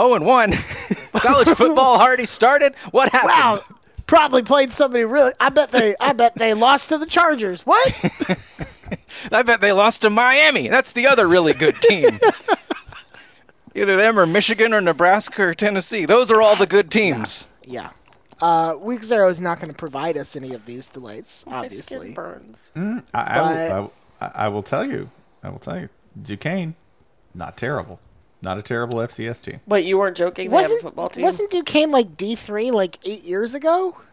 S4: 0 and 1. College football already started. What happened?
S3: Wow. Probably played somebody really. I bet they. I bet they lost to the Chargers. What?
S4: I bet they lost to Miami. That's the other really good team. Either them or Michigan or Nebraska or Tennessee. Those are all the good teams.
S3: yeah. Uh, week zero is not going to provide us any of these delights,
S2: My skin
S3: obviously.
S2: burns.
S1: Mm, I, I, will, I, I will tell you. I will tell you. Duquesne, not terrible. Not a terrible FCS team.
S2: Wait, you weren't joking? They have a
S3: Wasn't
S2: football team.
S3: wasn't Duquesne like D three like eight years ago?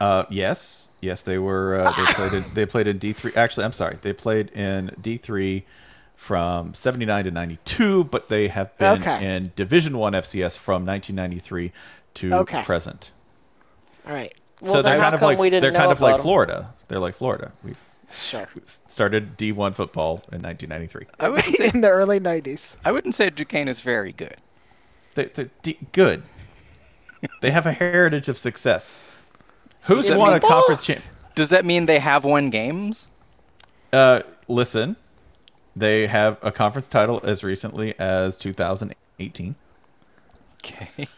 S1: Uh, yes, yes, they were. Uh, they played. In, they played in D three. Actually, I'm sorry. They played in D three from 79 to 92, but they have been
S3: Okay.
S1: in Division one FCS from 1993 to
S3: Okay.
S1: present.
S3: All right.
S2: well,
S1: so
S2: then
S1: they're
S2: how
S1: kind of
S2: come
S1: like
S2: we didn't
S1: they're
S2: know
S1: kind of
S2: about
S1: like
S2: 'em?
S1: Florida. They're like Florida. We
S3: Sure.
S1: started D one football in 1993.
S4: I wouldn't say
S3: In the early nineties.
S4: I wouldn't say Duquesne is very good.
S1: They, they, D, good. they have a heritage of success. Who's
S4: Does that
S1: won
S4: mean-
S1: a conference champ?
S4: Does that mean they have won games?
S1: Uh, listen, they have a conference title as recently as 2018.
S4: Okay.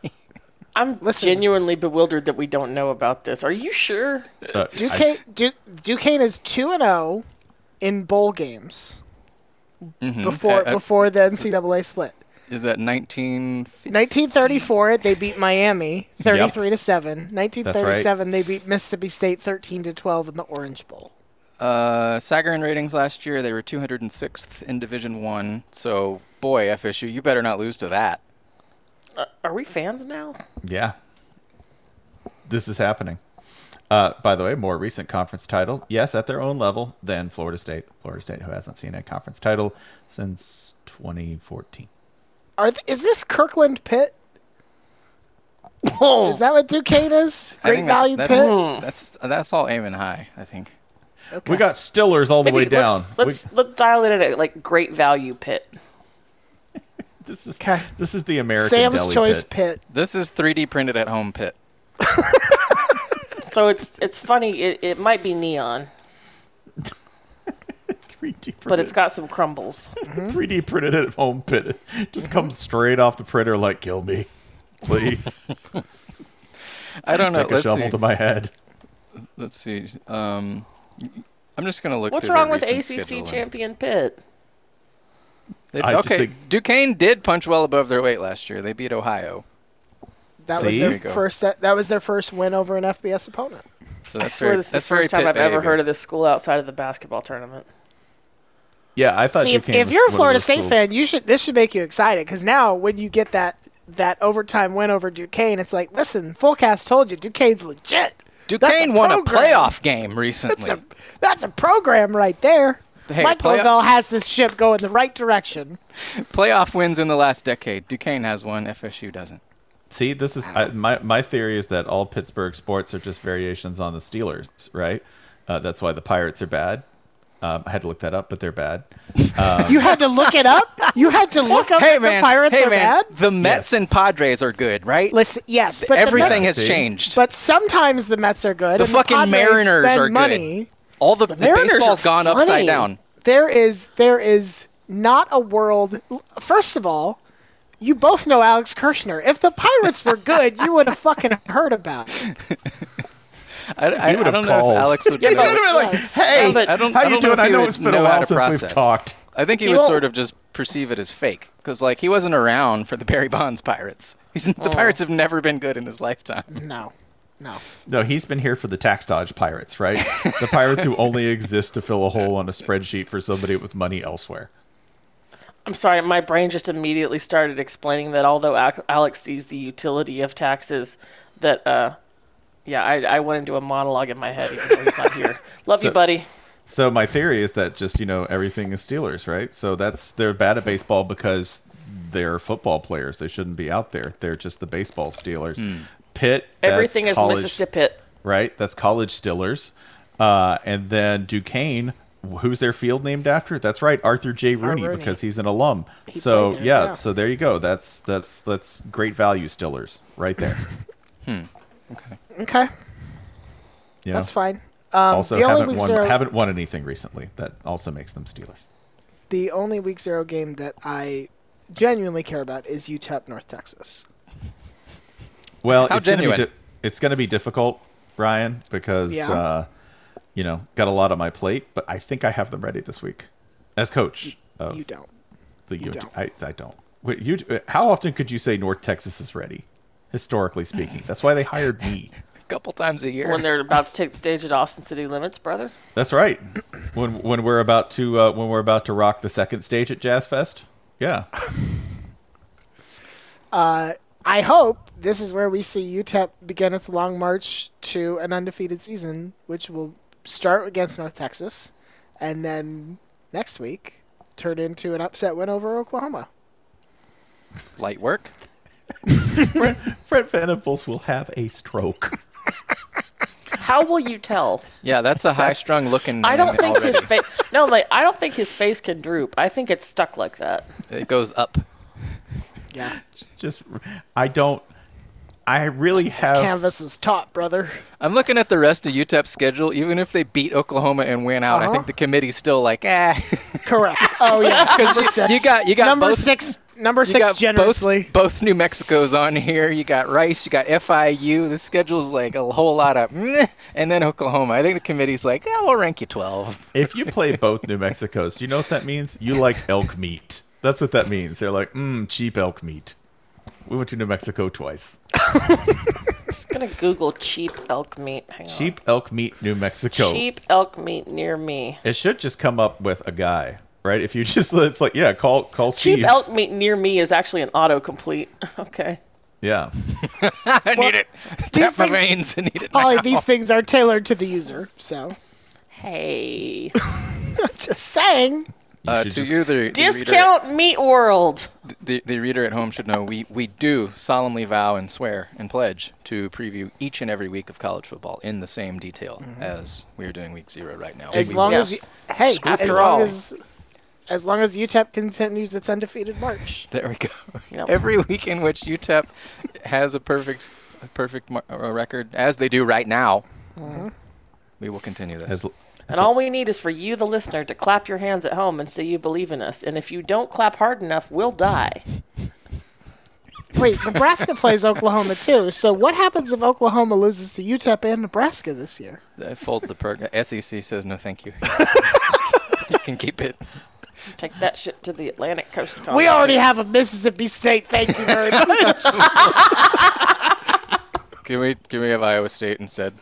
S2: I'm
S3: Listen.
S2: genuinely bewildered that we don't know about this. Are you sure?
S1: Uh, I-
S3: Duquesne, Du Duquesne is two and zero in bowl games before
S4: Uh, uh,
S3: before the NCAA split.
S4: Is that 19?
S3: 1934, they beat Miami 33 to seven. 1937, they beat Mississippi State 13 to 12 in the Orange Bowl.
S4: Uh, Sagarin ratings last year, they were 206th in Division One. So, boy, FSU, you better not lose to that.
S2: Are we fans now?
S1: yeah. This is happening. Uh, by the way, more recent conference title. Yes, at their own level than Florida State. Florida State, who hasn't seen a conference title since 2014.
S3: Are th- is this Kirkland Pitt? Is that what Duquesne is?
S4: I
S3: Great
S4: think that's-
S3: value
S4: that's,
S3: Pitt.
S4: That's that's all aiming high, I think.
S1: We got Stillers all the way down.
S2: Let's let's, let's dial it in at like great value pit.
S1: We- this is
S3: Okay.
S1: this is the American
S3: Sam's
S1: deli
S3: Choice
S1: pit.
S3: pit.
S4: This is 3D printed at home pit.
S2: So it's it's funny. It, it might be neon,
S1: 3D
S2: but it's
S1: printed-
S2: got some crumbles.
S1: 3D printed at home pit. It Just comes straight off the printer like kill me, please.
S4: I don't know.
S1: Take a
S4: Let's
S1: shovel
S4: see.
S1: to my head.
S4: Let's see. Um, I'm just gonna look.
S2: What's
S4: through the
S2: wrong with
S4: recent
S2: ACC
S4: scheduling.
S2: champion pit?
S4: They-
S1: I just
S4: okay,
S1: think-
S4: Duquesne did punch well above their weight last year. They beat Ohio.
S3: That
S1: See?
S3: was
S4: There
S3: their
S4: you go.
S3: first. That, that was their first win over an FBS opponent.
S4: So
S2: I
S4: that's
S2: swear
S4: very,
S2: this is the
S4: that's very
S2: first time
S4: pit
S2: I've ever
S4: behavior.
S2: heard of this school outside of the basketball tournament.
S1: Yeah, I thought.
S3: See, if,
S1: Duquesne
S3: if
S1: was
S3: you're a
S1: one of
S3: Florida
S1: those
S3: State
S1: schools.
S3: fan, you should. This should make you excited because now when you get that that overtime win over Duquesne, it's like, listen, Fullcast told you Duquesne's legit.
S4: Duquesne won a
S3: program.
S4: playoff game recently.
S3: That's a that's a program right there.
S4: Hey,
S3: Mike
S4: play-
S3: Norvell has this ship going the right direction.
S4: Playoff wins in the last decade. Duquesne has one. FSU doesn't.
S1: See, this is I, my my theory is that all Pittsburgh sports are just variations on the Steelers, right? Uh, that's why the Pirates are bad. Um, I had to look that up, but they're bad.
S3: you had to look it up. You had to look
S2: Oh,
S3: up.
S4: Uh, Hey
S3: if
S4: man,
S3: the Pirates
S4: hey
S3: are
S4: man,
S3: bad.
S4: the
S1: Yes.
S4: Mets and Padres are good, right?
S3: Listen, yes, but the
S4: Everything
S3: Mets-
S4: has
S1: See?
S4: changed.
S3: But sometimes the Mets are good.
S4: the
S3: and
S4: fucking
S3: Padres
S4: Mariners
S3: spend
S4: are
S3: money.
S4: good. All the, the,
S2: Mariners are
S4: baseball's gone upside
S2: funny.
S4: down.
S3: There is there is not a world. First of all, you both know Alex Kirshner. If the Pirates were good, you would have fucking heard about. It.
S4: I, I, I
S1: would've
S4: don't know
S1: called.
S4: if Alex would.
S1: Yeah,
S4: know.
S1: you would've been like,
S3: Yes.
S1: hey,
S2: No, but-
S4: I don't.
S1: how
S4: I
S1: you
S4: don't know
S1: doing?
S4: if
S1: I
S4: he
S1: know
S4: would
S1: it's been a
S4: know how
S1: while
S4: to
S1: since we've
S4: process.
S1: talked.
S4: I think he,
S2: He
S4: would
S2: won't-
S4: sort of just perceive it as fake because, like, he wasn't around for the Barry Bonds Pirates. He's, the Pirates have never been good in his lifetime.
S3: No, no.
S1: No, he's been here for the tax dodge pirates, right? the pirates who only exist to fill a hole on a spreadsheet for somebody with money elsewhere.
S2: I'm sorry, my brain just immediately started explaining that although Ac- Alex sees the utility of taxes, that uh, yeah, I, I went into a monologue in my head even though he's not here. Love you,
S1: So-
S2: buddy.
S1: So my theory is that just you know everything is Steelers, right? So that's they're bad at baseball because they're football players. They shouldn't be out there. They're just the baseball Steelers.
S3: Hmm.
S1: Pitt. that's
S2: Everything is
S1: college-
S2: Mississippi.
S1: right? That's college Stillers. Uh, and then Duquesne, who's their field named after? That's right, Arthur J. Rooney,
S3: Rooney.
S1: because he's an alum. so
S3: played there,
S1: yeah,
S3: yeah.
S1: so there you go. That's that's that's great value Stillers right there.
S3: Okay,
S1: You know?
S3: that's fine. Um,
S1: Also,
S3: the only
S1: haven't
S3: week
S1: won
S3: zero,
S1: haven't won anything recently. That also makes them Steelers.
S3: the only week zero game that I genuinely care about is UTEP North Texas.
S1: Well,
S4: How
S1: it's gonna, be
S4: genuine.
S1: di- it's gonna be difficult, Ryan, because
S3: Yeah.
S1: uh, you know got a lot on my plate. But I think I have them ready this week as coach. Of
S3: You don't.
S1: The you
S3: don't.
S1: I, I don't. Wait, you, how often could you say North Texas is ready? Historically speaking, that's why they hired me.
S4: A couple times a year.
S2: When they're about to take the stage at Austin City Limits, brother.
S1: That's right. When when we're about to uh, when we're about to rock the second stage at Jazz Fest, yeah,
S3: I hope this is where we see UTEP begin its long march to an undefeated season, which will start against North Texas, and then next week turn into an upset win over Oklahoma.
S4: Light work.
S1: Fred, Fred Venables will have a stroke.
S2: How will you tell?
S4: Yeah, that's a high-strung looking.
S2: I don't
S4: man
S2: think his
S4: already.
S2: face. No, like I don't think his face can droop. I think it's stuck like that.
S4: it goes up.
S3: Yeah.
S1: Just I don't. I really have.
S3: Canvas is taut, brother.
S4: I'm looking at the rest of UTEP's schedule. Even if they beat Oklahoma and win out, I think the committee's still like, eh.
S3: Correct. Oh yeah. number six.
S4: you got- you got
S3: number
S4: both-
S3: six. Number
S4: You
S3: six
S4: got
S3: generously.
S4: Both, both New Mexico's on here. You got Rice. You got FIU. The schedule's like a whole lot of, meh. and then Oklahoma. I think the committee's like, yeah, we'll rank you 12.
S1: If you play both New Mexicos, you know what that means? You like elk meat. That's what that means. They're like, mm, cheap elk meat. We went to New Mexico twice.
S2: I'm just gonna Google cheap elk meat. Hang on.
S1: Cheap elk meat, New Mexico.
S2: Cheap elk meat near me.
S1: It should just come up with a guy, right? If you just, it's like, yeah, call call
S2: Cheap
S1: Steve.
S2: elk meat near me is actually an autocomplete. Okay.
S1: Yeah,
S4: I need it. Tap my
S3: things-
S4: veins. I need it.
S3: Polly,
S4: now.
S3: these things are tailored to the user, so
S2: Hey.
S3: just saying.
S4: Uh, to
S1: should just-
S4: you, the, the reader,
S2: Discount Meat World.
S4: the, the reader at home should know we, we do solemnly vow and swear and pledge to preview each and every week of college football in the same detail as we are doing week zero right now.
S3: Mm-hmm. As
S4: We
S3: long
S4: will-
S3: as
S2: Yes.
S3: you, hey,
S2: After
S3: as
S2: all.
S3: long as as long as UTEP continues its undefeated march.
S4: There we go.
S2: Yep.
S4: Every week in which UTEP has a perfect, a perfect mar- uh, record, as they do right now, Mm-hmm. we will continue this.
S1: As,
S2: And all we need is for you, the listener, to clap your hands at home and say you believe in us. And if you don't clap hard enough, we'll die.
S3: Wait, Nebraska plays Oklahoma too. So what happens if Oklahoma loses to UTEP and Nebraska this year?
S4: I Uh, fold the perk. SEC E says no, thank you. you can keep it.
S2: Take that shit to the Atlantic Coast.
S3: We
S2: Conference.
S3: already have a Mississippi State. Thank you very much.
S4: Can we? Can we have Iowa State instead?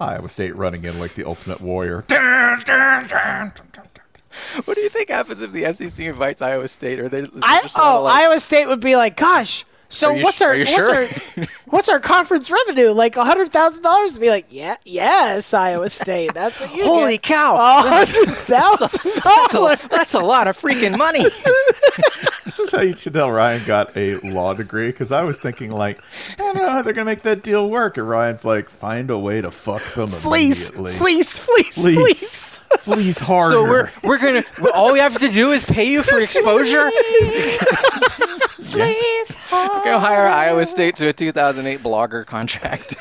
S1: Iowa State running in like the ultimate warrior.
S4: What do you think happens if the SEC invites Iowa State? Or they? is it
S3: I,
S4: just a lot of
S3: oh,
S4: like-
S3: Iowa State would be like, gosh. So
S4: Are you
S3: what's
S4: sh-
S3: our
S4: are you
S3: what's
S4: sure?
S3: our what's our conference revenue? Like a hundred thousand dollars? Be like, yeah, yes, Iowa State. That's what you
S4: Holy
S3: get.
S4: cow!
S3: hundred thousand dollars.
S4: That's a lot of freaking money.
S1: This is how you should tell Ryan got a law degree because I was thinking like, I don't know how they're gonna make that deal work, and Ryan's like, find a way to fuck them
S3: Fleece,
S1: immediately.
S3: fleece, fleece,
S1: fleece,
S3: fleece.
S1: fleece harder.
S4: so we're we're gonna. All we have to do is pay you for exposure.
S2: Please. hard.
S4: Go hire Iowa State to a 2008 blogger contract.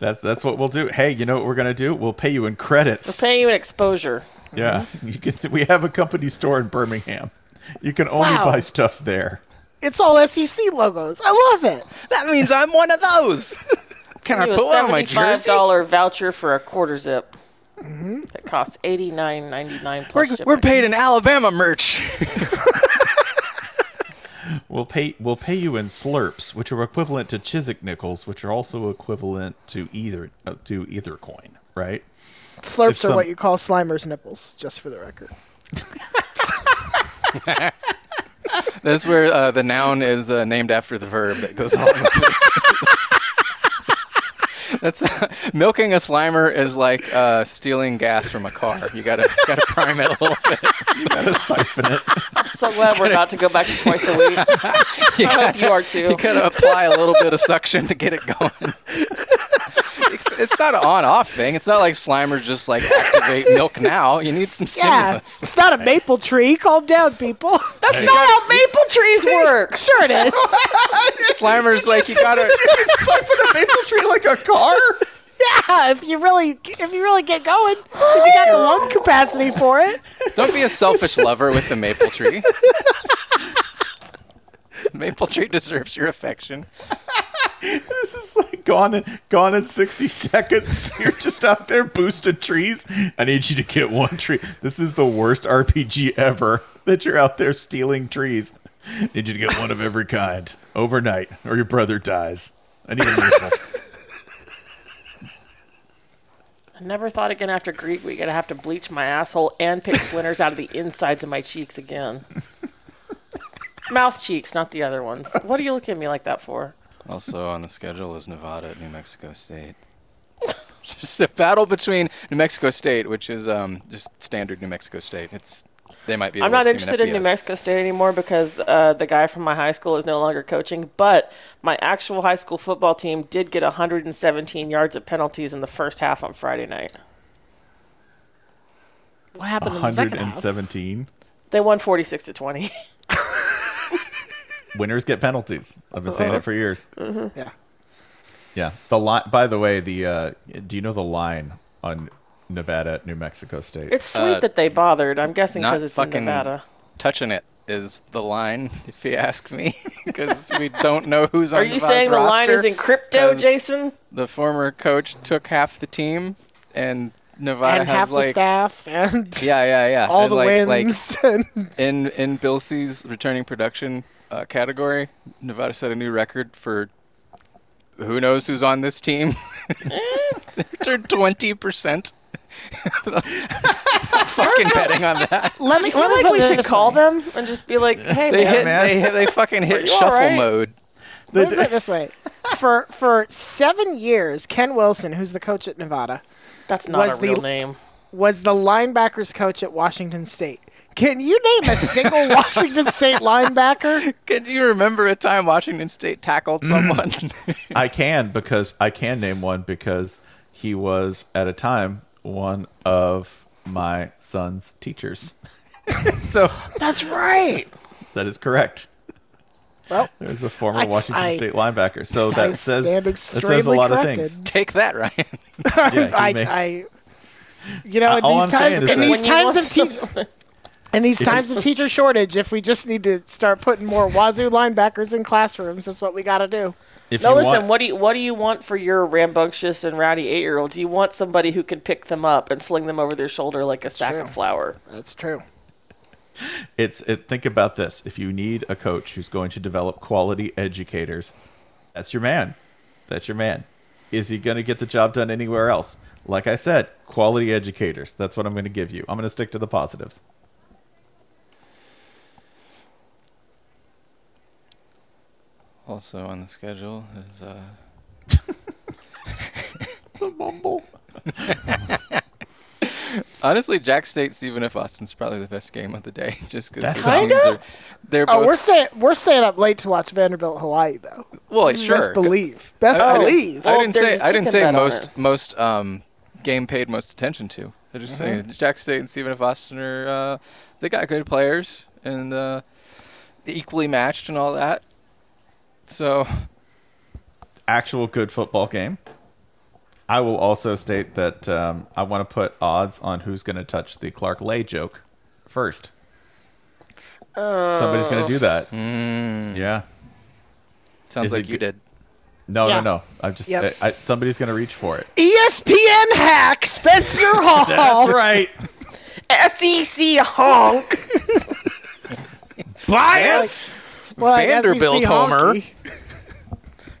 S1: that's that's what we'll do. Hey, you know what we're gonna do? We'll pay you in credits.
S2: Pay you an exposure.
S1: yeah, you can, we have a company store in Birmingham. You can only
S3: Wow.
S1: buy stuff there.
S3: It's all SEC logos. I love it.
S4: that means I'm one of those. Can I
S2: You a
S4: put on my
S2: seventy-five
S4: jersey?
S2: dollar voucher for a quarter zip. That costs eighty-nine ninety-nine plus
S4: We're,
S2: shipping.
S4: we're paid in Alabama merch.
S1: We'll pay we'll pay you in slurps, which are equivalent to Chiswick nickels, which are also equivalent to either uh, to either coin, right?
S3: Slurps
S1: some-
S3: are what you call Slimer's nipples, just for the record.
S4: That's where uh, the noun is uh, named after the verb that goes along with it. That's uh, milking a slimer is like uh, stealing gas from a car. You gotta gotta prime it a little bit.
S1: Gotta siphon it.
S2: I'm so glad we're about to go back to twice a week. I hope you are too.
S4: You gotta apply a little bit of suction to get it going. It's, it's not an on-off thing. It's not like Slimer just like activate milk now. You need some
S3: Yeah,
S4: stimulus.
S3: it's not a maple tree. Calm down, people.
S2: That's not how maple trees work.
S3: sure it is.
S4: Slimer's like you gotta.
S1: siphon a maple tree like a car.
S3: yeah, if you really, if you really get going, if you got the lung capacity for it.
S4: Don't be a selfish lover with the maple tree. maple tree deserves your affection.
S1: This is like gone in gone in sixty seconds. You're just out there boosting trees. I need you to get one tree. This is the worst RPG ever. That you're out there stealing trees. Need you to get one of every kind overnight, or your brother dies. I need a miracle.
S2: I never thought again after Greek week I'd have to bleach my asshole and pick splinters out of the insides of my cheeks again. Mouth cheeks, not the other ones. What are you looking at me like that for?
S4: Also on the schedule is Nevada at New Mexico State. just a battle between New Mexico State, which is um, just standard New Mexico State. It's they might be. the
S2: I'm not
S4: worst team
S2: interested in New
S4: FBS.
S2: Mexico State anymore because uh, the guy from my high school is no longer coaching. But my actual high school football team did get 117 yards of penalties in the first half on Friday night.
S3: What happened in the second half?
S1: 117
S2: They won 46 to 20.
S1: winners get penalties. I've been
S3: Uh-huh.
S1: saying it for years.
S3: Yeah.
S1: Yeah. The line. By the way, the uh, do you know the line on Nevada, New Mexico State?
S2: It's sweet that they bothered. I'm guessing
S4: not
S2: because it's in
S4: fucking-
S2: Nevada.
S4: Touching it is the line, if you ask me, because we don't know who's on.
S2: Are you
S4: Nevada's
S2: saying the line
S4: roster,
S2: is in crypto,
S4: 'cause
S2: Jason?
S4: The former coach took half the team, and Nevada
S3: And
S4: has
S3: half
S4: like
S3: the staff and
S4: Yeah, yeah, yeah.
S3: all
S4: And,
S3: the
S4: like,
S3: wins. and
S4: Like in in Bill C's returning production uh, category, Nevada set a new record for who knows who's on this team. They Returned twenty percent. fucking betting on that.
S3: let me.
S2: I feel
S3: let me
S2: like
S3: put
S2: we
S3: it
S2: should
S3: this
S2: call
S3: way.
S2: them and just be like, "Hey,
S4: They
S2: man,
S4: hit.
S1: man.
S4: They, hit- they fucking hit
S2: you all
S4: shuffle
S2: right?
S4: mode.
S3: Let me put it this way. For for seven years, Ken Wilson, who's the coach at Nevada,
S2: that's not
S3: Was
S2: a
S3: the-
S2: real name."
S3: was the linebackers coach at Washington State. Can you name a single Washington State linebacker?
S4: Can you remember a time Washington State tackled someone?
S1: I can because I can name one because he was at a time one of my son's teachers. so
S2: That's right.
S1: that is correct.
S3: Well,
S1: There's a former
S3: I-
S1: Washington
S3: I-
S1: State linebacker. So
S3: I
S1: that says
S3: stand
S1: that says a
S3: extremely
S1: lot
S3: corrected.
S1: of things.
S4: Take that, Ryan.
S1: Yeah, he
S3: I,
S1: makes-
S3: I, you know, in
S1: All
S3: these
S1: I'm saying is
S3: times, in
S1: that-
S3: these
S2: When you want
S3: times of teacher, in these
S1: Yes.
S3: times of teacher shortage, if we just need to start putting more Wazoo linebackers in classrooms, that's what we got to do.
S1: if
S2: No,
S1: you
S2: listen.
S1: want-
S2: What do you what do you want for your rambunctious and rowdy eight year olds? You want somebody who can pick them up and sling them over their shoulder like a sack
S3: Sure.
S2: of flour.
S3: That's true.
S1: it's it, think about this if you need a coach who's going to develop quality educators that's your man that's your man is he going to get the job done anywhere else like i said quality educators that's what i'm going to give you i'm going to stick to the positives
S4: Also on the schedule is uh, honestly Jack State Stephen F Austin's probably the best game of the day, just because the
S3: Kinda?
S4: teams are they're
S3: Oh,
S4: both
S3: we're staying we're staying up late to watch Vanderbilt Hawaii though.
S4: well sure Oh,
S3: Best believe. Best
S4: I- I didn't-
S3: believe.
S4: I
S2: Well,
S4: didn't
S2: there's a
S4: say I didn't
S2: chicken
S4: say
S2: bet on
S4: most most um, game paid most attention to. I just
S2: Mm-hmm.
S4: saying Jack State and Stephen F. Austin are uh, they got good players and uh, equally matched and all that. So
S1: actual good football game i will also state that um, i want to put odds on who's going to touch the clark lay joke first somebody's going to do that
S4: Oh. Hmm.
S1: yeah
S4: sounds
S1: Is it
S4: like you
S1: good-
S4: did.
S1: no
S3: Yeah.
S1: no no i'm just
S3: Yep.
S1: I, I, somebody's going to reach for it
S3: E ESPN hack Spencer Hall.
S1: that's right
S2: SEC E honk.
S1: bias
S3: Well, I guess we
S4: Vanderbilt
S3: see
S4: homer.
S3: honky.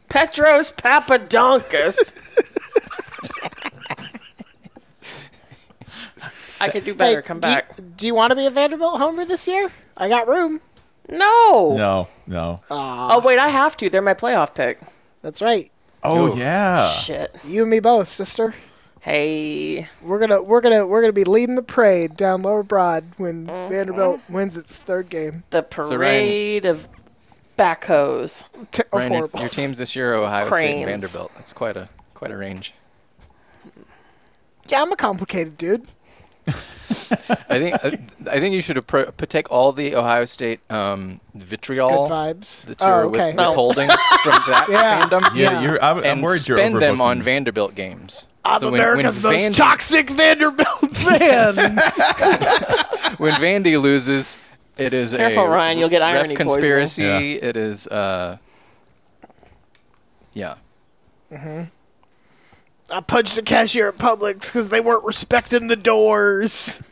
S2: Petros Papadonkus. I could do better.
S3: Hey,
S2: Come
S3: do you-
S2: back.
S3: Do you, want to be a Vanderbilt homer this year? I got room.
S2: No.
S1: No, no.
S3: Uh,
S2: Oh wait, I have to. They're my playoff pick.
S3: That's right.
S1: oh yeah.
S2: Shit.
S3: You and me both, sister.
S2: Hey.
S3: We're gonna we're gonna we're gonna be leading the parade down Lower Broad when Vanderbilt wins its third game.
S2: The parade of backhoes.
S3: T- oh, of
S4: Ryan, your, your
S3: horribles.
S4: teams this year: are Ohio State and
S2: Cranes.
S4: Vanderbilt. That's quite a quite a range.
S3: Yeah, I'm a complicated dude.
S4: I think uh, I think you should appro- p- take all the Ohio State um,
S3: Good
S4: vitriol
S3: vibes.
S4: that you're
S3: Oh,
S4: with-
S3: okay.
S4: withholding from that
S3: Yeah.
S4: fandom.
S1: Yeah, you're. I'm, I'm
S4: and
S1: worried you're
S4: spend them
S1: overbooking.
S4: on Vanderbilt games.
S3: I'm
S4: so when,
S3: America's
S4: when
S3: most
S4: Vandy,
S3: toxic Vanderbilt fan.
S4: when Vandy loses, it is
S2: Careful,
S4: a
S2: Ryan, you'll get
S4: ref
S2: irony poisoning.
S4: conspiracy.
S1: Yeah.
S4: It is, uh, yeah.
S3: I punched a cashier at Publix because they weren't respecting the doors.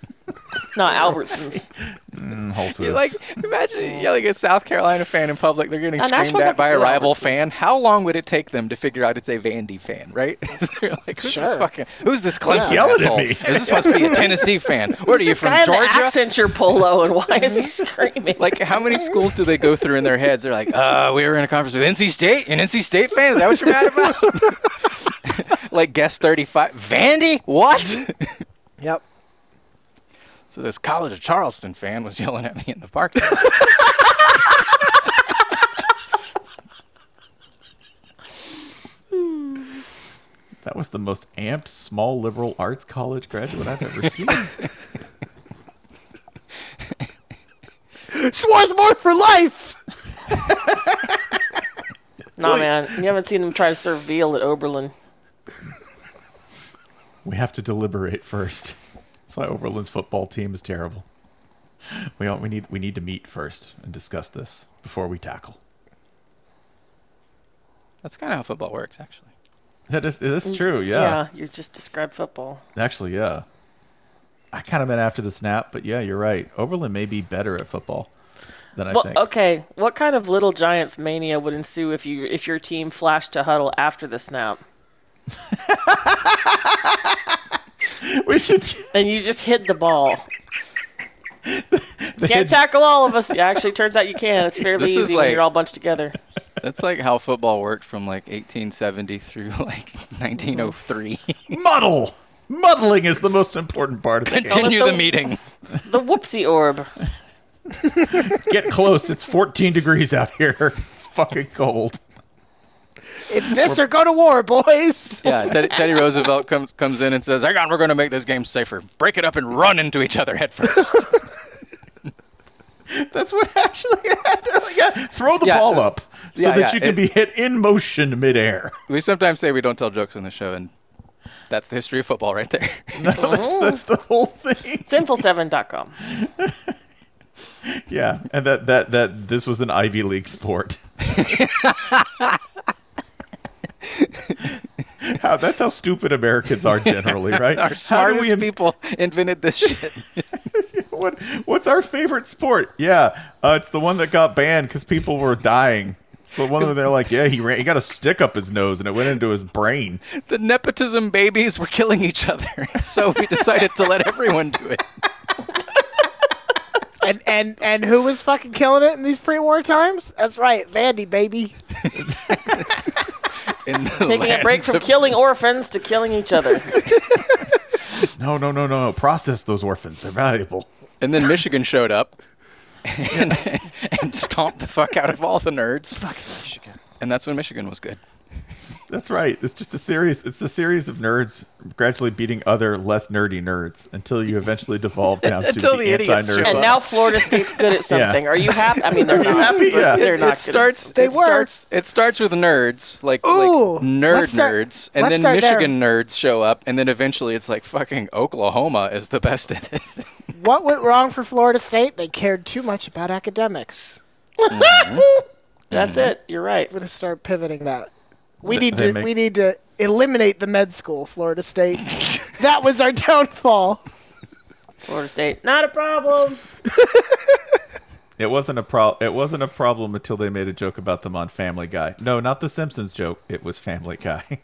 S2: Not Albertsons.
S1: Mm, Whole Foods.
S4: You like imagine yeah, like a South Carolina fan in public, they're getting
S2: Uh,
S4: screamed
S2: Nashville
S4: at
S2: got
S4: by
S2: the
S4: a
S2: good
S4: rival
S2: Albertsons.
S4: fan. How long would it take them to figure out it's a Vandy fan, right? They're like, who's this
S3: Sure.
S4: fucking who's this Clemson
S1: yelling at
S4: asshole?
S1: me?
S4: Is this supposed to be a Tennessee fan? Where are you
S2: this
S4: from,
S2: guy in the
S4: Georgia?
S2: Accenture polo, and why is he screaming?
S4: Like, how many schools do they go through in their heads? They're like, uh, we were in a conference with NC State, and NC State fans. Is that what you're mad about? like, guess 35. Vandy? What?
S3: Yep.
S4: so, this College of Charleston fan was yelling at me in the park.
S1: that was the most amped small liberal arts college graduate I've ever seen.
S3: Swarthmore for life.
S2: nah, man, you haven't seen them try to serve veal at Oberlin.
S1: we have to deliberate first. That's why Overland's football team is terrible. We all, we need we need to meet first and discuss this before we tackle.
S4: That's kind of how football works, actually.
S1: That is,
S2: Mm,
S1: that's true. Yeah.
S2: you just described football.
S1: Actually, yeah. I kind of meant after the snap, but yeah, you're right. Overland may be better at football than I
S2: Well,
S1: think.
S2: okay, what kind of little giants mania would ensue if you if your team flashed to huddle after the snap
S1: We should.
S2: and you just hid the ball?
S1: had-
S2: Can't tackle all of us. Yeah, Actually, turns out you can. It's fairly
S4: This is
S2: easy
S4: like-
S2: when you're all bunched together.
S4: That's like how oh football worked from like 1870 through like 1903.
S1: Muddle. Muddling is the most important part of the game.
S4: Continue the meeting.
S7: The whoopsie orb.
S1: Get close. It's 14 degrees out here. It's fucking cold.
S3: It's this or go to war, boys.
S4: Yeah, Teddy, Teddy Roosevelt comes comes in and says, "Hang on, we're going to make this game safer. Break it up and run into each other head first.
S1: That's what actually happened. Like, yeah, throw the
S4: Yeah.
S1: ball up so
S4: Yeah,
S1: that
S4: yeah,
S1: you can
S4: it-
S1: be hit in motion midair.
S4: we sometimes say we don't tell jokes on the show, and that's the history of football right there. Oh.
S1: That's the whole thing.
S2: Sinful7.com.
S1: Yeah, and that that that this was an Ivy League sport. How- that's how stupid Americans are generally, right?
S4: Our
S1: How do
S4: smartest
S1: we im-
S4: people invented this shit.
S1: what, what's our favorite sport? Yeah, uh, it's the one that got banned because people were dying. It's the one where they're like, yeah, he ran, he got a stick up his nose and it went into his brain.
S4: the nepotism babies were killing each other, so we decided to let everyone do it.
S3: And and and who was fucking killing it in these pre-war times? That's right, Vandy baby.
S4: In the
S2: Taking a
S4: land
S2: break from
S4: of-
S2: killing orphans to killing each other.
S1: No, no, no, no, no. Process those orphans. They're valuable.
S4: And then Michigan showed up and, and stomped the fuck out of all the nerds. Fucking Michigan. And that's when Michigan was good.
S1: That's right. It's just a series. It's a series of nerds gradually beating other less nerdy nerds until you eventually devolve down
S4: Until
S1: to
S4: the idiots
S1: anti-nerds.
S4: show
S2: And now Florida State's good at something. Are you happy? I mean, they're not.
S1: happy?
S2: but
S1: Yeah.
S2: They're
S4: it
S2: not.
S4: starts.
S3: They
S4: it
S3: were.
S4: starts. It starts with nerds, like, like
S3: Ooh,
S4: nerd
S3: let's start-
S4: nerds, and
S3: let's
S4: then
S3: start there.
S4: Michigan nerds show up, and then eventually it's like fucking Oklahoma is the best at it.
S3: What went wrong for Florida State? They cared too much about academics.
S2: That's it. You're right.
S3: I'm gonna start pivoting that. We
S1: They-
S3: need
S1: they
S3: to
S1: make-
S3: we need to eliminate the med school, Florida State. that was our downfall.
S2: Florida State, not a problem.
S1: It wasn't a pro. It wasn't a problem until they made a joke about them on Family Guy. No, not the Simpsons joke. It was Family Guy.